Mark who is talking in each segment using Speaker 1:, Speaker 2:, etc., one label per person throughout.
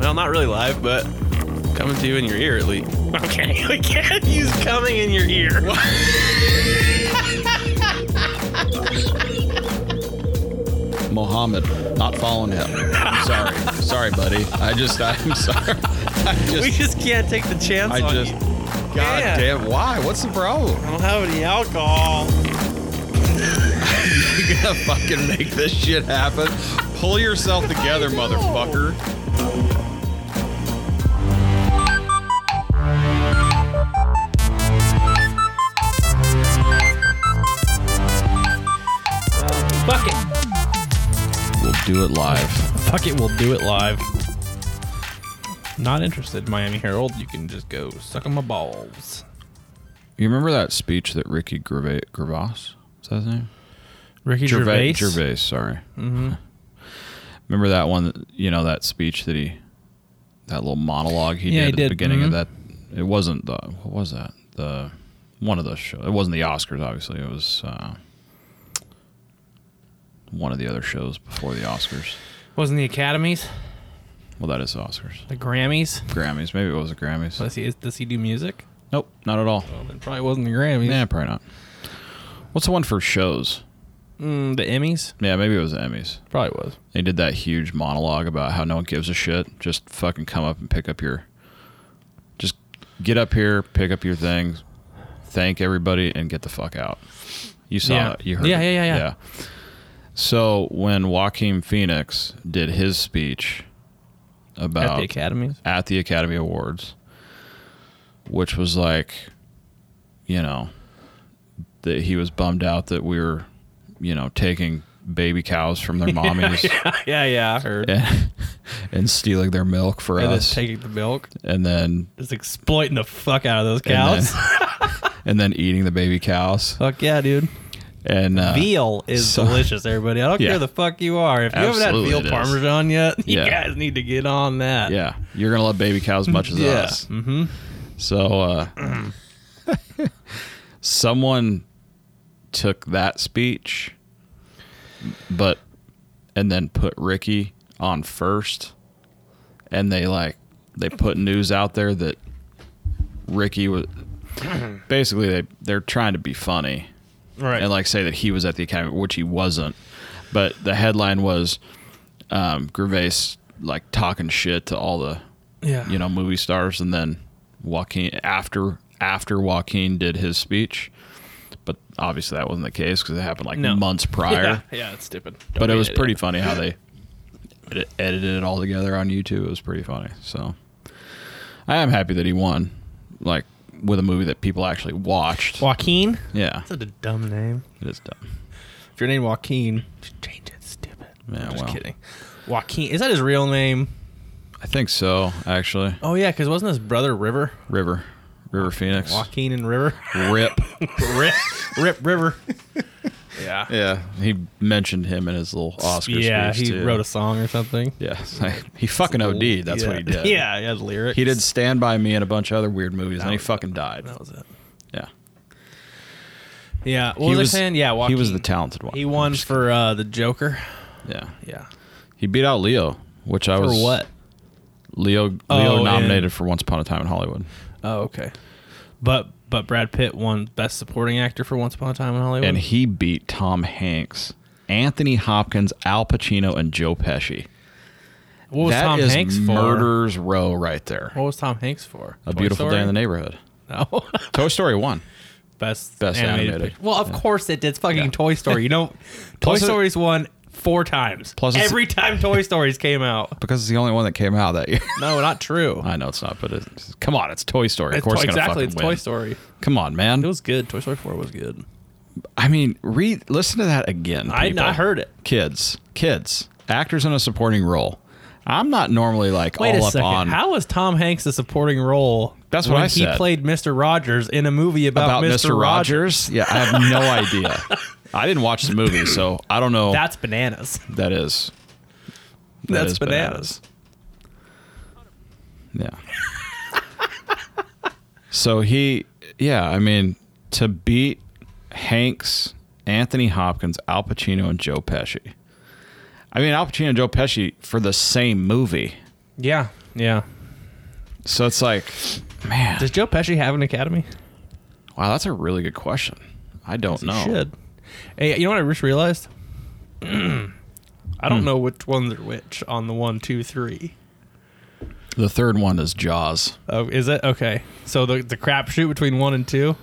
Speaker 1: Well, not really live, but coming to you in your ear at least.
Speaker 2: Okay, we can't use coming in your ear.
Speaker 3: Mohammed, not following him. Sorry, sorry, buddy. I just, I'm sorry. I
Speaker 2: We
Speaker 3: just,
Speaker 2: just can't take the chance.
Speaker 3: I
Speaker 2: on
Speaker 3: just.
Speaker 2: you.
Speaker 3: God
Speaker 2: Yeah.
Speaker 3: damn! Why? What's the problem?
Speaker 2: I don't have any alcohol.
Speaker 3: You gotta fucking make this shit happen. Pull yourself together, motherfucker.
Speaker 2: Fuck it.
Speaker 3: We'll do it live.
Speaker 2: Fuck it. We'll do it live. Not interested, Miami Herald. You can just go suck on my balls.
Speaker 3: You remember that speech that Ricky Gervais? Gervais? Is that his name?
Speaker 2: Ricky Gervais.
Speaker 3: Gervais. Gervais. Sorry. Mm-hmm. Remember that one? that- You know that speech that he, that little monologue he
Speaker 2: Yeah,
Speaker 3: did
Speaker 2: he
Speaker 3: at the
Speaker 2: did, Mm-hmm.
Speaker 3: beginning of that. It wasn't the what was that the one of the show. It wasn't the Oscars, obviously. It was uh, one of the other shows before the Oscars.
Speaker 2: Wasn't the Academies,
Speaker 3: Well, that is Oscars,
Speaker 2: the Grammys?
Speaker 3: Grammys. Maybe it was the Grammys.
Speaker 2: Does he, does he do music?
Speaker 3: nope, not at all.
Speaker 2: Well, it probably wasn't the Grammys.
Speaker 3: Yeah, probably not. What's the one for shows?
Speaker 1: Hmm,
Speaker 2: Mm, the Emmys?
Speaker 3: Yeah, maybe it was the Emmys.
Speaker 2: Probably was.
Speaker 3: They did that huge monologue about how no one gives a shit. Just fucking come up and pick up your. Just get up here, pick up your things, thank everybody, and get the fuck out. You saw
Speaker 2: Yeah.
Speaker 3: it. You heard
Speaker 2: Yeah,
Speaker 3: it.
Speaker 2: yeah, yeah, yeah.
Speaker 3: So when Joaquin Phoenix did his speech about
Speaker 2: At the Academies?
Speaker 3: at the Academy Awards, which was like, you know, that he was bummed out that we were, you know, taking baby cows from their mommies
Speaker 2: yeah, yeah. I heard.
Speaker 3: and, and stealing their milk for
Speaker 2: And
Speaker 3: us,
Speaker 2: just taking the milk.
Speaker 3: and then
Speaker 2: Just exploiting the fuck out of those
Speaker 3: and
Speaker 2: cows.
Speaker 3: then, and then eating the baby cows.
Speaker 2: fuck yeah, dude.
Speaker 3: And uh,
Speaker 2: veal is
Speaker 3: so-
Speaker 2: delicious, everybody. I don't
Speaker 3: Yeah.
Speaker 2: care the fuck you are. If you haven't had
Speaker 3: Absolutely
Speaker 2: veal
Speaker 3: it is.
Speaker 2: parmesan yet, you
Speaker 3: Yeah.
Speaker 2: guys need to get on that.
Speaker 3: yeah, you're gonna love baby cows as much as
Speaker 2: Yeah.
Speaker 3: us. So uh, someone took that speech, but and then put Ricky on first, and they like they put news out there that Ricky was basically they they're trying to be funny
Speaker 2: Right.
Speaker 3: and like say that he was at the academy, which he wasn't. But the headline was um, Gervais like talking shit to all the
Speaker 2: yeah.
Speaker 3: you know movie stars and then Joaquin after after Joaquin did his speech but obviously that wasn't the case because it happened like
Speaker 2: No.
Speaker 3: months prior
Speaker 2: Yeah, yeah, it's stupid. Don't
Speaker 3: but it
Speaker 2: be
Speaker 3: was
Speaker 2: an
Speaker 3: pretty
Speaker 2: idiot.
Speaker 3: funny how they edi- edited it all together on YouTube it was pretty funny so I am happy that he won like with a movie that people actually watched
Speaker 2: Joaquin?
Speaker 3: yeah
Speaker 2: That's a dumb name.
Speaker 3: it is dumb
Speaker 2: If your name Joaquin, just change it. Stupid.
Speaker 3: Yeah,
Speaker 2: I'm just
Speaker 3: well.
Speaker 2: kidding. Joaquin. Is that his real name?
Speaker 3: I think so actually
Speaker 2: Oh, yeah, because wasn't his brother River?
Speaker 3: River River Phoenix
Speaker 2: Joaquin and River?
Speaker 3: Rip
Speaker 2: Rip, Rip River. Yeah.
Speaker 3: yeah he mentioned him in his little Oscar
Speaker 2: yeah,
Speaker 3: speech
Speaker 2: he
Speaker 3: too.
Speaker 2: wrote a song or something.
Speaker 3: Yeah, it's like, he fucking OD'd. That's
Speaker 2: yeah.
Speaker 3: what he did.
Speaker 2: Yeah, he had lyrics.
Speaker 3: he did Stand by Me and a bunch of other weird movies, and he
Speaker 2: was-
Speaker 3: fucking died.
Speaker 2: That was it.
Speaker 3: Yeah,
Speaker 2: Yeah. What was, I saying? Yeah, Joaquin.
Speaker 3: he was the talented one.
Speaker 2: He won for uh, the Joker.
Speaker 3: Yeah,
Speaker 2: Yeah.
Speaker 3: he beat out Leo, which I
Speaker 2: For
Speaker 3: was
Speaker 2: what?
Speaker 3: Leo Leo
Speaker 2: Oh,
Speaker 3: nominated
Speaker 2: and-
Speaker 3: for Once Upon a Time in Hollywood,
Speaker 2: Oh, okay. But but Brad Pitt won Best Supporting Actor for Once Upon a Time in Hollywood.
Speaker 3: and he beat Tom Hanks, Anthony Hopkins, Al Pacino, and Joe Pesci.
Speaker 2: what was
Speaker 3: That
Speaker 2: Tom
Speaker 3: is
Speaker 2: Hanks
Speaker 3: murderers row right there.
Speaker 2: for? What was Tom Hanks for?
Speaker 3: a beautiful day in the neighborhood.
Speaker 2: No.
Speaker 3: Toy Story one.
Speaker 2: Best
Speaker 3: Best
Speaker 2: animated.
Speaker 3: animated.
Speaker 2: pic- Well, of course it did. It's fucking
Speaker 3: Yeah.
Speaker 2: Toy Story. You know, Toy
Speaker 3: Plus it-
Speaker 2: Story's won four times.
Speaker 3: Plus it's-
Speaker 2: every time Toy Stories came out.
Speaker 3: Because it's the only one that came out that year.
Speaker 2: No, not true.
Speaker 3: I know it's not, but it's, come on, it's Toy Story.
Speaker 2: It's
Speaker 3: of course,
Speaker 2: Toy-
Speaker 3: it's gonna
Speaker 2: exactly.
Speaker 3: fucking
Speaker 2: It's
Speaker 3: win.
Speaker 2: Toy Story.
Speaker 3: Come on, man.
Speaker 2: It was good. Toy Story Four was good.
Speaker 3: I mean, read, listen to that again.
Speaker 2: I-
Speaker 3: people.
Speaker 2: I heard it.
Speaker 3: Kids, kids, actors in a supporting role. I'm not normally like
Speaker 2: Wait
Speaker 3: all
Speaker 2: a
Speaker 3: up
Speaker 2: second.
Speaker 3: on
Speaker 2: How was Tom Hanks a supporting role?
Speaker 3: That's what
Speaker 2: when
Speaker 3: I
Speaker 2: he
Speaker 3: said.
Speaker 2: played Mr. Rogers in a movie about,
Speaker 3: about Mr.
Speaker 2: Rogers.
Speaker 3: Rogers. Yeah, I have no idea. I didn't watch the movie, so I don't know.
Speaker 2: That's bananas.
Speaker 3: that is. that
Speaker 2: That's
Speaker 3: is
Speaker 2: bananas.
Speaker 3: bananas. Yeah. so he, yeah, I mean, to beat Hanks, Anthony Hopkins, Al Pacino, and Joe Pesci. I mean, Al Pacino and Joe Pesci for the same movie.
Speaker 2: Yeah. Yeah.
Speaker 3: So it's like, man,
Speaker 2: Does Joe Pesci have an academy?
Speaker 3: wow, that's a really good question. I don't
Speaker 2: He
Speaker 3: know.
Speaker 2: should. Hey, you know what I just realized? I
Speaker 3: Hmm.
Speaker 2: don't know which ones are which on the one, two, three.
Speaker 3: The third one is Jaws.
Speaker 2: Oh, is it okay? So the the crapshoot between one and two,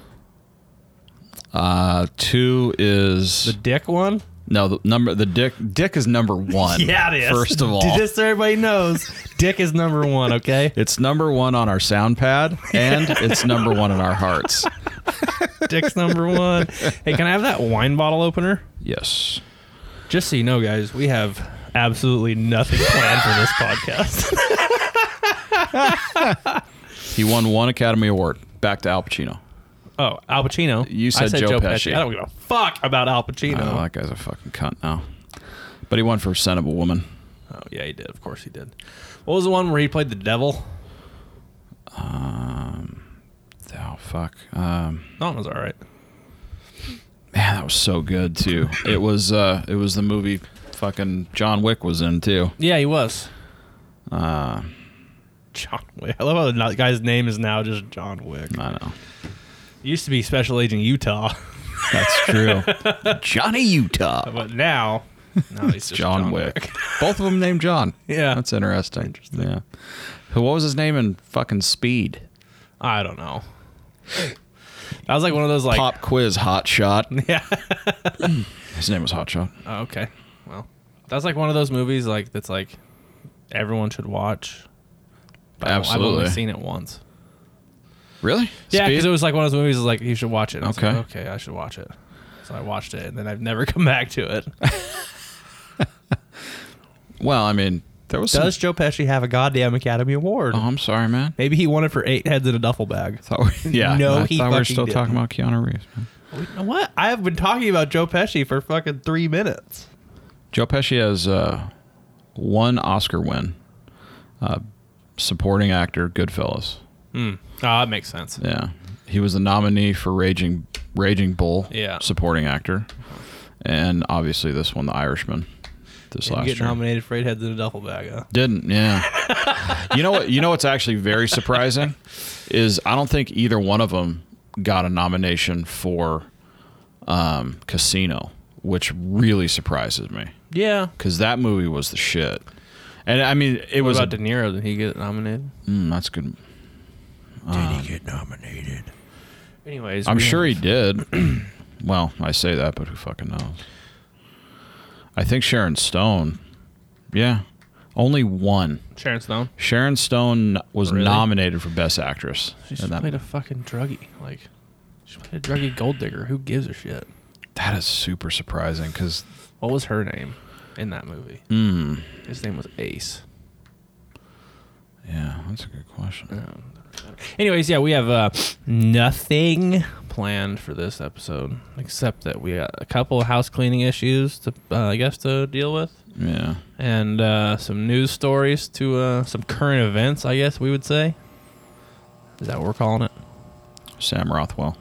Speaker 3: Uh, two
Speaker 2: the
Speaker 3: is
Speaker 2: dick one.
Speaker 3: no the number. The dick dick is number one.
Speaker 2: Yeah, it is.
Speaker 3: First of all,
Speaker 2: just so everybody knows, dick is number one. Okay,
Speaker 3: It's number one on our sound pad, and it's number one in our hearts.
Speaker 2: dick's number one. Hey, can I have that wine bottle opener?
Speaker 3: Yes.
Speaker 2: Just so you know, guys, we have absolutely nothing planned for this podcast.
Speaker 3: He won one Academy Award. Back to Al Pacino.
Speaker 2: Oh, Al Pacino.
Speaker 3: You
Speaker 2: I
Speaker 3: said Joe Pesci.
Speaker 2: I don't give a fuck about Al Pacino.
Speaker 3: Oh, that guy's a fucking cunt now. But he won for Son of a Woman.
Speaker 2: Oh yeah, he did. Of course he did. What was the one where he played the devil?
Speaker 3: Oh, fuck. Um,
Speaker 2: That one was all right.
Speaker 3: man, that was so good, too. It was, uh, it was the movie fucking John Wick was in, too.
Speaker 2: Yeah, he was.
Speaker 3: Uh,
Speaker 2: John Wick. I love how the no- guy's name is now just John Wick.
Speaker 3: I know.
Speaker 2: He used to be Special Agent Utah,
Speaker 3: That's true. Johnny Utah.
Speaker 2: but now, now he's just
Speaker 3: John, Wick. Both of them named John.
Speaker 2: Yeah.
Speaker 3: That's interesting. Yeah. Who- What was his name in fucking Speed?
Speaker 2: I don't know. That was like one of those like.
Speaker 3: Pop quiz, Hot Shot.
Speaker 2: Yeah.
Speaker 3: His name was Hot Shot.
Speaker 2: Oh, okay. Well, that's like one of those movies like that's like everyone should watch. But I've- I've
Speaker 3: Absolutely.
Speaker 2: only seen it once.
Speaker 3: Really?
Speaker 2: Yeah,
Speaker 3: Speed?
Speaker 2: because it was like one of those movies. Like you should watch it. And I was like,
Speaker 3: Okay.
Speaker 2: okay, I should watch it. So I watched it, and then I've never come back to it.
Speaker 3: well, I mean, there was
Speaker 2: Does
Speaker 3: some.
Speaker 2: Joe Pesci have a goddamn Academy Award?
Speaker 3: Oh, I'm sorry, man.
Speaker 2: Maybe he won it for eight heads in a duffel bag.
Speaker 3: Thought we, yeah,
Speaker 2: No,
Speaker 3: I
Speaker 2: he
Speaker 3: thought we were
Speaker 2: fucking
Speaker 3: still talking
Speaker 2: didn't.
Speaker 3: about Keanu Reeves. man.
Speaker 2: You know What? I have been talking about Joe Pesci for fucking three minutes.
Speaker 3: Joe Pesci has uh, one Oscar win, uh, supporting actor, Goodfellas.
Speaker 2: Ah, that makes sense.
Speaker 3: Yeah, he was the nominee for Raging Raging Bull.
Speaker 2: Yeah.
Speaker 3: supporting actor, and obviously this one, The Irishman, this
Speaker 2: Didn't
Speaker 3: last
Speaker 2: get
Speaker 3: year.
Speaker 2: nominated for eight heads in a duffel bag. Huh?
Speaker 3: Didn't, yeah. you know what? You know what's actually very surprising is I don't think either one of them got a nomination for um, Casino, which really surprises me
Speaker 2: Yeah.
Speaker 3: because that movie was the shit. And I mean, it
Speaker 2: What
Speaker 3: was. A,
Speaker 2: about De Niro? Did he get nominated?
Speaker 3: mm, that's good.
Speaker 2: Did he get nominated? Anyways,
Speaker 3: I'm
Speaker 2: we-
Speaker 3: sure he did. well, I say that, but who fucking knows? I think Sharon Stone. Yeah, only one.
Speaker 2: Sharon Stone.
Speaker 3: Sharon Stone was
Speaker 2: Really?
Speaker 3: nominated for Best Actress.
Speaker 2: She's
Speaker 3: in that
Speaker 2: played a fucking druggie. Like, she played a druggie gold digger. Who gives a shit?
Speaker 3: That is super surprising because
Speaker 2: What was her name in that movie?
Speaker 3: Hmm.
Speaker 2: His name was Ace.
Speaker 3: yeah, that's a good question.
Speaker 2: Anyways, yeah, we have uh, nothing planned for this episode except that we got a couple of house cleaning issues to, uh, I guess, to deal with,
Speaker 3: Yeah,
Speaker 2: and uh, some news stories to uh, some current events. I guess we would say. Is that what we're calling it?
Speaker 3: Sam Rothwell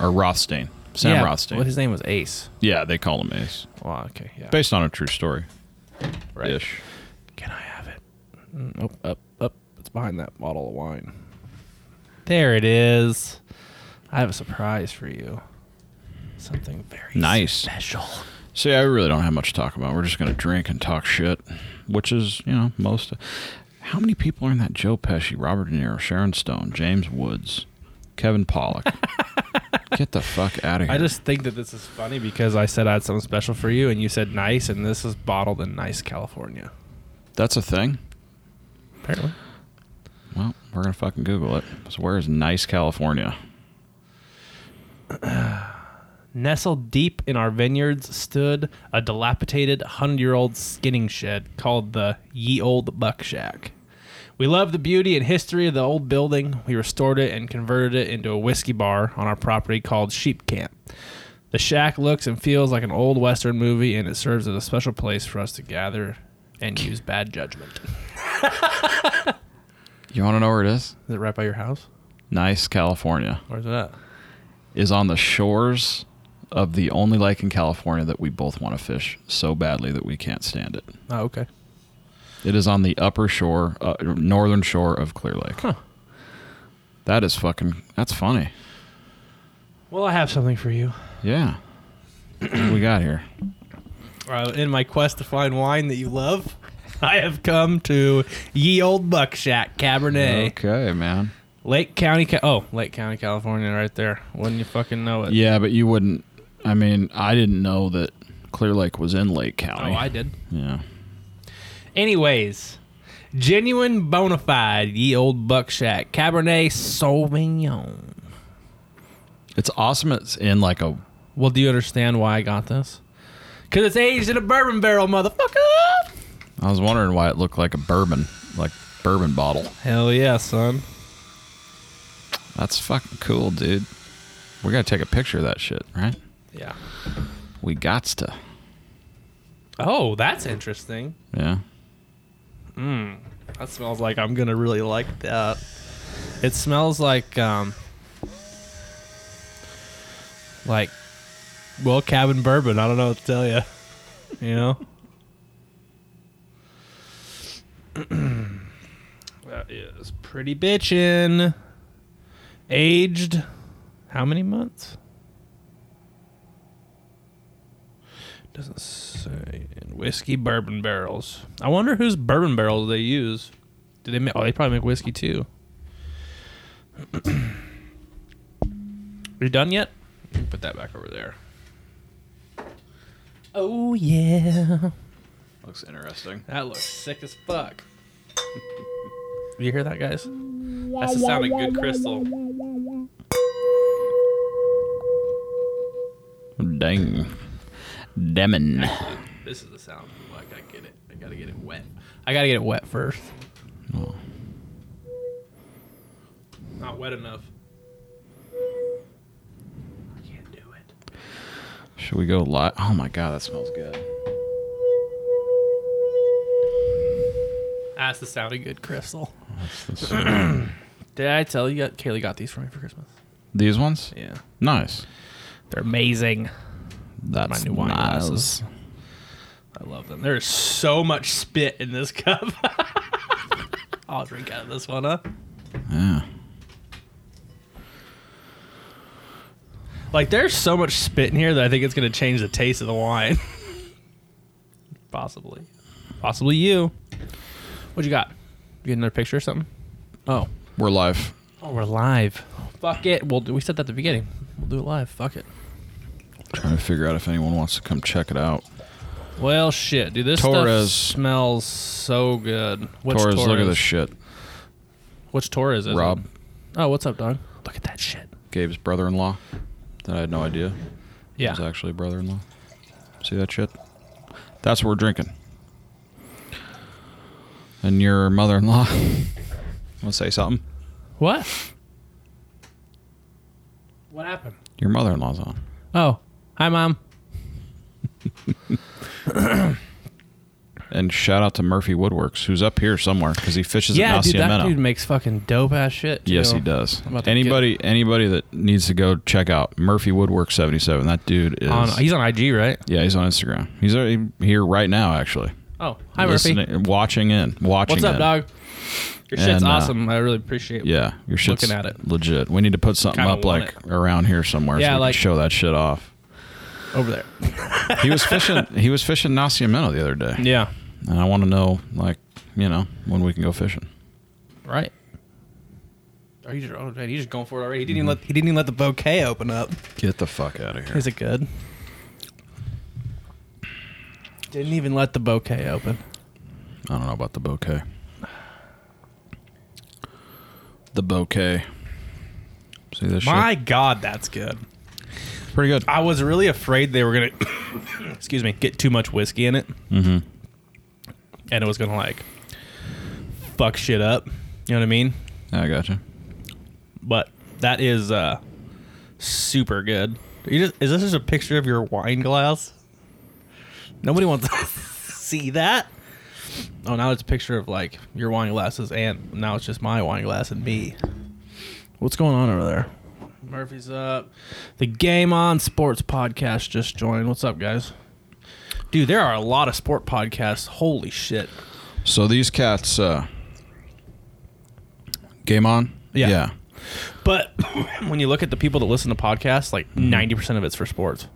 Speaker 3: or Rothstein. Sam
Speaker 2: yeah,
Speaker 3: Rothstein.
Speaker 2: Well, his name was Ace.
Speaker 3: yeah, they call him Ace,
Speaker 2: Well, okay, yeah.
Speaker 3: based on a true story. Ish.
Speaker 2: Can I have it? Mm, Oh, up, up. It's behind that bottle of wine. There it is. I have a surprise for you. Something very
Speaker 3: Nice.
Speaker 2: special.
Speaker 3: So yeah, we really don't have much to talk about. We're just gonna drink and talk shit, which is you know most. How many people are in that Joe Pesci, Robert De Niro, Sharon Stone, James Woods, Kevin Pollock? Get the fuck out of here!
Speaker 2: I just think that this is funny because I said I had something special for you, and you said nice, and this is bottled in nice California.
Speaker 3: That's a thing.
Speaker 2: Apparently,
Speaker 3: Well, we're gonna fucking Google it. So where is nice California?
Speaker 2: nestled deep in our vineyards stood a dilapidated hundred-year-old skinning shed called the Ye Old Buck Shack. We loved the beauty and history of the old building. We restored it and converted it into a whiskey bar on our property called Sheep Camp. The shack looks and feels like an old western movie, and it serves as a special place for us to gather and use bad judgment.
Speaker 3: You want to know where it is?
Speaker 2: Is it right by your house?
Speaker 3: Nice, California
Speaker 2: Where's it at?
Speaker 3: is on the shores of the only lake in California that we both want to fish so badly that we can't stand it.
Speaker 2: Oh, okay.
Speaker 3: It is on the upper shore, uh, northern shore of Clear Lake.
Speaker 2: Huh.
Speaker 3: That is fucking. That's funny.
Speaker 2: Well, I have something for you.
Speaker 3: Yeah. What do we got here.
Speaker 2: Uh, in my quest to find wine that you love, I have come to Ye Old Buck Shack Cabernet,
Speaker 3: Okay, man.
Speaker 2: Lake County. Ca- oh, Lake County, California, right there. Wouldn't you fucking know it?
Speaker 3: Yeah, but you wouldn't. I mean, I didn't know that Clear Lake was in Lake
Speaker 2: Oh,
Speaker 3: County.
Speaker 2: I did.
Speaker 3: yeah.
Speaker 2: Anyways, genuine bona fide Ye Old Buck Shack Cabernet Sauvignon.
Speaker 3: It's awesome. It's in like a.
Speaker 2: Well, do you understand why I got this? Because it's aged in a bourbon barrel, motherfucker.
Speaker 3: I was wondering why it looked like a bourbon, like bourbon bottle.
Speaker 2: Hell yeah, son.
Speaker 3: That's fucking cool, dude. We gotta take a picture of that shit, right?
Speaker 2: Yeah.
Speaker 3: We gots to.
Speaker 2: Oh, that's interesting.
Speaker 3: Yeah.
Speaker 2: That smells like I'm gonna really like that. It smells like um like well cabin bourbon. I don't know what to tell you. You know. that is pretty bitchin'. Aged, how many months? Doesn't say. And whiskey bourbon barrels. I wonder whose bourbon barrels they use. Do they make? Oh, they probably make whiskey too. Are you done yet? You can Put that back over there. Oh yeah,
Speaker 3: Looks interesting.
Speaker 2: that looks sick as fuck. you hear that, guys? That's the sound of good crystal.
Speaker 3: Dang. Demon.
Speaker 2: This is the sound. Well, I gotta get it. I gotta get it wet. I gotta get it wet first.
Speaker 3: Oh.
Speaker 2: Not wet enough. I can't do it.
Speaker 3: Should we go live? Oh my god, that smells good.
Speaker 2: That's the sound of good crystal.
Speaker 3: That's the-
Speaker 2: Did I tell you? that Kaylee got these for me for Christmas.
Speaker 3: These ones?
Speaker 2: Yeah,
Speaker 3: Nice.
Speaker 2: they're amazing.
Speaker 3: That's
Speaker 2: My new wine
Speaker 3: nice.
Speaker 2: glasses. I love them. There's so much spit in this cup. I'll drink out of this one, huh?
Speaker 3: Yeah.
Speaker 2: Like there's so much spit in here that I think it's gonna change the taste of the wine. Possibly. Possibly you. What you got? You get another picture or something? Oh.
Speaker 3: We're live.
Speaker 2: Oh, we're live. Fuck it. Well we said that at the beginning. We'll do it live. Fuck it.
Speaker 3: Trying to figure out if anyone wants to come check it out.
Speaker 2: Well shit, dude. This
Speaker 3: Torres.
Speaker 2: stuff smells so good. Which
Speaker 3: Torres,
Speaker 2: Torres,
Speaker 3: look at this shit.
Speaker 2: Which Torres is it?
Speaker 3: Rob,
Speaker 2: Oh, what's up, dog? Look at that shit.
Speaker 3: Gabe's brother in law. That I had no idea.
Speaker 2: Yeah.
Speaker 3: He's actually brother in law. See that shit? That's what we're drinking. And your mother in law. Wanna say something?
Speaker 2: What? What happened?
Speaker 3: Your mother in law's on.
Speaker 2: Oh. Hi mom.
Speaker 3: And shout out to Murphy Woodworks, who's up here somewhere because he fishes
Speaker 2: yeah,
Speaker 3: at
Speaker 2: dude, that
Speaker 3: Nacimiento.
Speaker 2: dude makes fucking dope ass shit.
Speaker 3: yes,
Speaker 2: too.
Speaker 3: he does.
Speaker 2: I'm about to
Speaker 3: Anybody, anybody that needs to go check out Murphy Woodworks seventy seven. That dude is.
Speaker 2: On, he's on IG, right?
Speaker 3: yeah, he's on Instagram. He's already here right now, actually.
Speaker 2: Oh, hi Murphy.
Speaker 3: Listening- watching in, watching.
Speaker 2: What's up,
Speaker 3: in.
Speaker 2: dog? Your shit's
Speaker 3: And, uh,
Speaker 2: awesome. I really appreciate. it.
Speaker 3: Yeah, your shit's
Speaker 2: Looking at it.
Speaker 3: legit. We need to put something
Speaker 2: Kinda
Speaker 3: up
Speaker 2: want
Speaker 3: like around here somewhere.
Speaker 2: Yeah,
Speaker 3: so we
Speaker 2: like-
Speaker 3: can show that shit off.
Speaker 2: over there.
Speaker 3: He was fishing. he was fishing Nacimiento the other day,
Speaker 2: Yeah,
Speaker 3: and I want to know, like, you know, when we can go fishing.
Speaker 2: right. Are you just, oh, man, he's just going for it already? He didn't
Speaker 3: Mm-hmm.
Speaker 2: even let he didn't even let the bouquet open up.
Speaker 3: Get the fuck out of here.
Speaker 2: Is it good? Didn't even let the bouquet open.
Speaker 3: I don't know about the bouquet. The bouquet. See this
Speaker 2: My God, that's good.
Speaker 3: shit? Pretty good.
Speaker 2: I was really afraid they were gonna, excuse me, get too much whiskey in it, mm-hmm. and it was gonna like fuck shit up. You know what I mean?
Speaker 3: I gotcha.
Speaker 2: But that is uh super good. You just, is this just a picture of your wine glass? Nobody wants to see that. Oh, now it's a picture of like your wine glasses, and now it's just my wine glass and me. What's going on over there? Murphy's up. The Game On Sports podcast just joined. What's up, guys? Dude, there are a lot of sport podcasts. Holy shit.
Speaker 3: So these cats, uh, game on.
Speaker 2: Yeah. But when you look at the people that listen to podcasts, like 90% of it's for sports,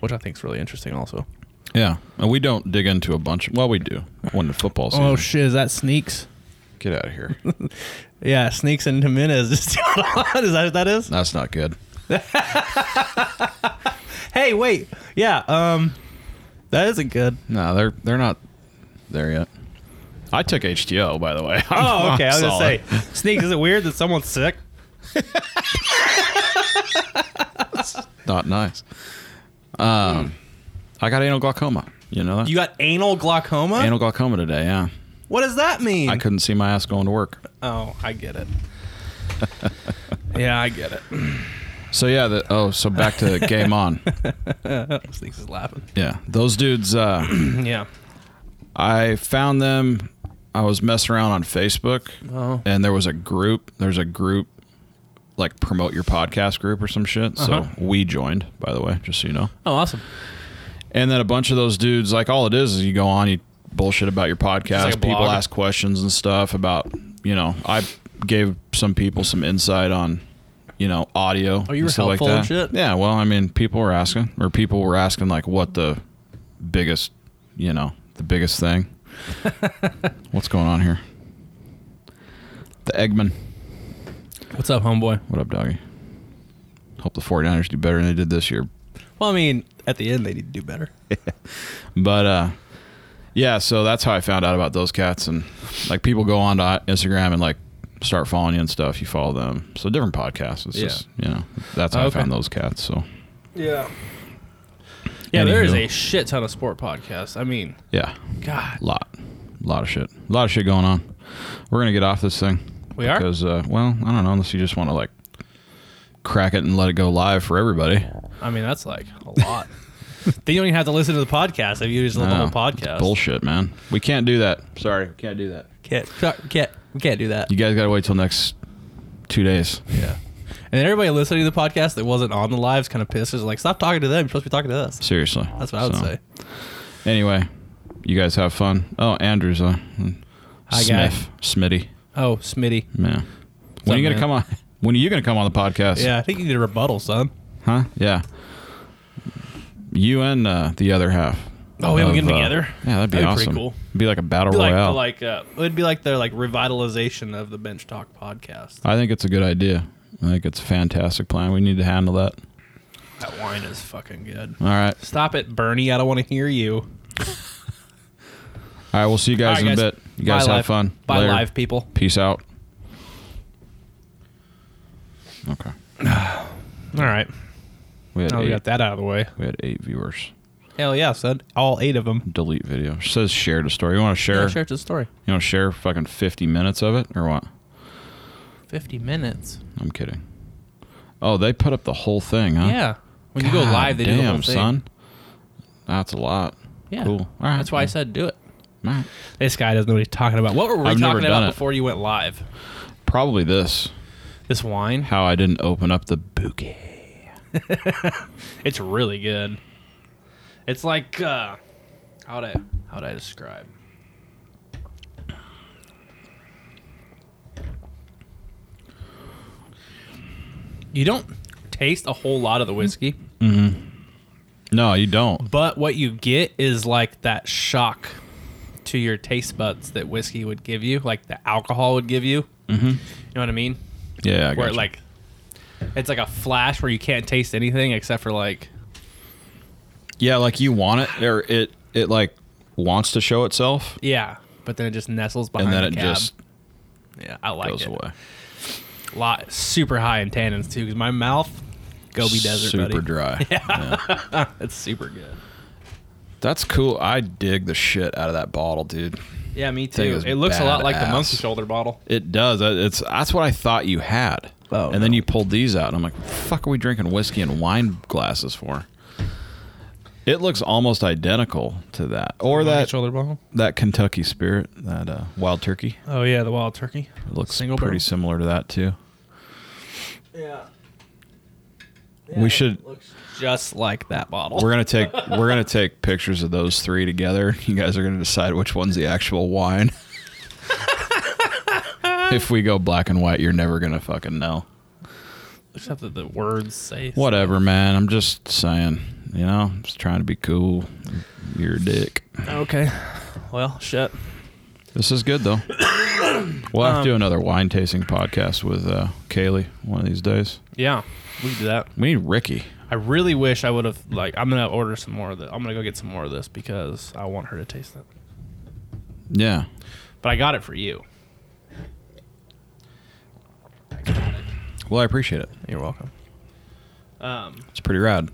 Speaker 2: which I think is really interesting also.
Speaker 3: yeah. And we don't dig into a bunch. Well, we do when the football season.
Speaker 2: Oh, shit. Is that Sneaks?
Speaker 3: Get out of here.
Speaker 2: Yeah, Sneaks and Jimenez. is still on. Is that what that is?
Speaker 3: That's not good.
Speaker 2: Hey, wait. Yeah, um, that isn't good.
Speaker 3: No, they're they're not there yet. I took HTO by the way. Ah!
Speaker 2: Oh, okay. I was
Speaker 3: Solid.
Speaker 2: going to say, Sneaks, is it weird that someone's sick?
Speaker 3: not nice. Um, I got anal glaucoma. You know that
Speaker 2: You got anal glaucoma?
Speaker 3: anal glaucoma today. Yeah,
Speaker 2: what does that mean?
Speaker 3: I couldn't see my ass going to work.
Speaker 2: oh, I get it. yeah, I get it.
Speaker 3: So yeah, the, oh, so back to game on.
Speaker 2: Sneaks is laughing.
Speaker 3: Yeah, those dudes. Uh,
Speaker 2: Yeah.
Speaker 3: I found them. I was messing around on Facebook,
Speaker 2: Oh.
Speaker 3: and there was a group. There's a group, like promote your podcast group or some shit.
Speaker 2: Uh-huh.
Speaker 3: So we joined, by the way, just so you know.
Speaker 2: Oh, awesome.
Speaker 3: And then a bunch of those dudes, like all it is, is you go on, you bullshit about your podcast.
Speaker 2: like a
Speaker 3: people
Speaker 2: blog.
Speaker 3: ask questions and stuff about, you know, I gave some people some insight on, you know, audio.
Speaker 2: Oh, you were
Speaker 3: and stuff
Speaker 2: helpful
Speaker 3: like that.
Speaker 2: and shit?
Speaker 3: Yeah. Well, I mean, people were asking, or people were asking, like, what the biggest, you know, the biggest thing. What's going on here? The Eggman.
Speaker 2: What's up, homeboy?
Speaker 3: What up, doggy? Hope the 49ers do better than they did this year,
Speaker 2: Well, I mean, at the end, they need to do better.
Speaker 3: But uh yeah, so that's how I found out about those cats and like people go on to Instagram and like start following you and stuff. You follow them. So different podcasts. It's
Speaker 2: Yeah. Oh,
Speaker 3: just you know, that's how
Speaker 2: Okay.
Speaker 3: I found those cats. So
Speaker 2: Yeah. Yeah, there is
Speaker 3: Anywho.
Speaker 2: a shit ton of sport podcasts. I mean,
Speaker 3: yeah.
Speaker 2: God.
Speaker 3: A lot. A lot of shit. A lot of shit going on. We're gonna get off this thing.
Speaker 2: We are?
Speaker 3: Because uh well, I don't know, unless you just wanna like crack it and let it go live for everybody.
Speaker 2: I mean, that's like a lot. then you don't even have to listen to the podcast if you just listen to the
Speaker 3: No,
Speaker 2: whole
Speaker 3: it's
Speaker 2: podcast.
Speaker 3: Bullshit, man. We can't do that. Sorry, we can't do that.
Speaker 2: Can't, can't, we can't do that.
Speaker 3: You guys gotta wait till next two days.
Speaker 2: Yeah. And then everybody listening to the podcast that wasn't on the lives kind of pissed. Is like, stop talking to them. You're supposed to be talking to us.
Speaker 3: Seriously.
Speaker 2: That's what I would
Speaker 3: So-
Speaker 2: say.
Speaker 3: Anyway, you guys have fun. Oh, Andrew's on.
Speaker 2: Hi,
Speaker 3: Smith, Smitty.
Speaker 2: Oh, Smitty.
Speaker 3: Yeah. When are you
Speaker 2: up,
Speaker 3: gonna
Speaker 2: man?
Speaker 3: come on? When are you gonna come on the podcast?
Speaker 2: Yeah, I think you need a rebuttal, son.
Speaker 3: Huh? Yeah. You and uh, the other half.
Speaker 2: Oh, we haven't
Speaker 3: of,
Speaker 2: getting
Speaker 3: uh,
Speaker 2: together?
Speaker 3: Yeah, that'd
Speaker 2: That'd
Speaker 3: be,
Speaker 2: be
Speaker 3: awesome.
Speaker 2: pretty cool.
Speaker 3: Be like a battle
Speaker 2: Be like,
Speaker 3: royale.
Speaker 2: like uh, it would be like their like revitalization of the bench talk podcast.
Speaker 3: I think it's a good idea. I think it's a fantastic plan. We need to handle that.
Speaker 2: That wine is fucking good.
Speaker 3: All right.
Speaker 2: Stop it, Bernie. I don't want to hear you.
Speaker 3: All right. We'll see you guys
Speaker 2: All right,
Speaker 3: in
Speaker 2: guys.
Speaker 3: a bit. You guys
Speaker 2: Bye,
Speaker 3: have
Speaker 2: live.
Speaker 3: fun.
Speaker 2: Bye,
Speaker 3: Later.
Speaker 2: live people.
Speaker 3: Peace out. Okay.
Speaker 2: All right.
Speaker 3: We had
Speaker 2: Now Oh, we
Speaker 3: eight.
Speaker 2: got that out of the way.
Speaker 3: we had eight viewers.
Speaker 2: Hell yeah, son. All eight of them.
Speaker 3: delete video. It says share the story. You want to share?
Speaker 2: Yeah, share it to the story.
Speaker 3: You want to share fucking 50 minutes of it or what?
Speaker 2: 50 minutes.
Speaker 3: I'm kidding. Oh, they put up the whole thing, huh?
Speaker 2: Yeah. When you go
Speaker 3: God
Speaker 2: live, they
Speaker 3: damn,
Speaker 2: do the whole thing.
Speaker 3: son. That's a lot.
Speaker 2: Yeah.
Speaker 3: Cool. All right.
Speaker 2: That's why I said do it.
Speaker 3: All right.
Speaker 2: This guy doesn't know what he's talking about. What were we
Speaker 3: I've never
Speaker 2: talking about
Speaker 3: done it.
Speaker 2: before you went live?
Speaker 3: Probably this.
Speaker 2: This wine.
Speaker 3: How I didn't open up the bouquet.
Speaker 2: It's really good. It's like uh how'd I how'd I describe? You don't taste a whole lot of the whiskey,
Speaker 3: No, you don't.
Speaker 2: but what you get is like that shock to your taste buds that whiskey would give you, like the alcohol would give you. Mm-hmm. You know what I mean?
Speaker 3: Yeah, I
Speaker 2: where
Speaker 3: gotcha.
Speaker 2: it, like it's like a flash where you can't taste anything except for like
Speaker 3: yeah, like you want it or it it like wants to show itself
Speaker 2: yeah, but then it just nestles behind
Speaker 3: and then
Speaker 2: the
Speaker 3: it
Speaker 2: cab.
Speaker 3: just
Speaker 2: yeah, I like
Speaker 3: goes
Speaker 2: it.
Speaker 3: away.
Speaker 2: Lot super high in tannins too because my mouth Gobi Desert
Speaker 3: Super
Speaker 2: buddy.
Speaker 3: dry.
Speaker 2: It's super good.
Speaker 3: That's cool. I dig the shit out of that bottle, dude.
Speaker 2: Yeah, me
Speaker 3: Thing
Speaker 2: too.
Speaker 3: is
Speaker 2: It looks a lot like the
Speaker 3: badass.
Speaker 2: monkey shoulder bottle.
Speaker 3: It does. That- It's that's what I thought you had.
Speaker 2: Oh,
Speaker 3: and then you pulled these out, and I'm like, "What the "Fuck, are we drinking whiskey and wine glasses for?" It looks almost identical to that, or that
Speaker 2: shoulder bottle.
Speaker 3: that Kentucky Spirit, that uh, Wild Turkey.
Speaker 2: Oh yeah, the wild turkey.
Speaker 3: It looks
Speaker 2: Single
Speaker 3: pretty
Speaker 2: barrel.
Speaker 3: similar to that too.
Speaker 2: Yeah.
Speaker 3: we should.
Speaker 2: Looks just like that bottle.
Speaker 3: We're gonna take we're gonna take pictures of those three together. You guys are gonna decide which one's the actual wine.
Speaker 2: time.
Speaker 3: If we go black and white, you're never gonna fucking know.
Speaker 2: Except that the words say
Speaker 3: Whatever, man. I'm just saying. You know, I'm just trying to be cool. You're a dick.
Speaker 2: Okay. Well, shit.
Speaker 3: This is good though. We'll have to do another wine tasting podcast with uh, Kaylee one of these days.
Speaker 2: Yeah, we can do that.
Speaker 3: We need Ricky.
Speaker 2: I really wish I would have like. I'm gonna order some more of this. I'm gonna go get some more of this because I want her to taste it.
Speaker 3: Yeah.
Speaker 2: But I got it for you.
Speaker 3: Well, I appreciate it.
Speaker 2: You're welcome. Um,
Speaker 3: It's pretty rad.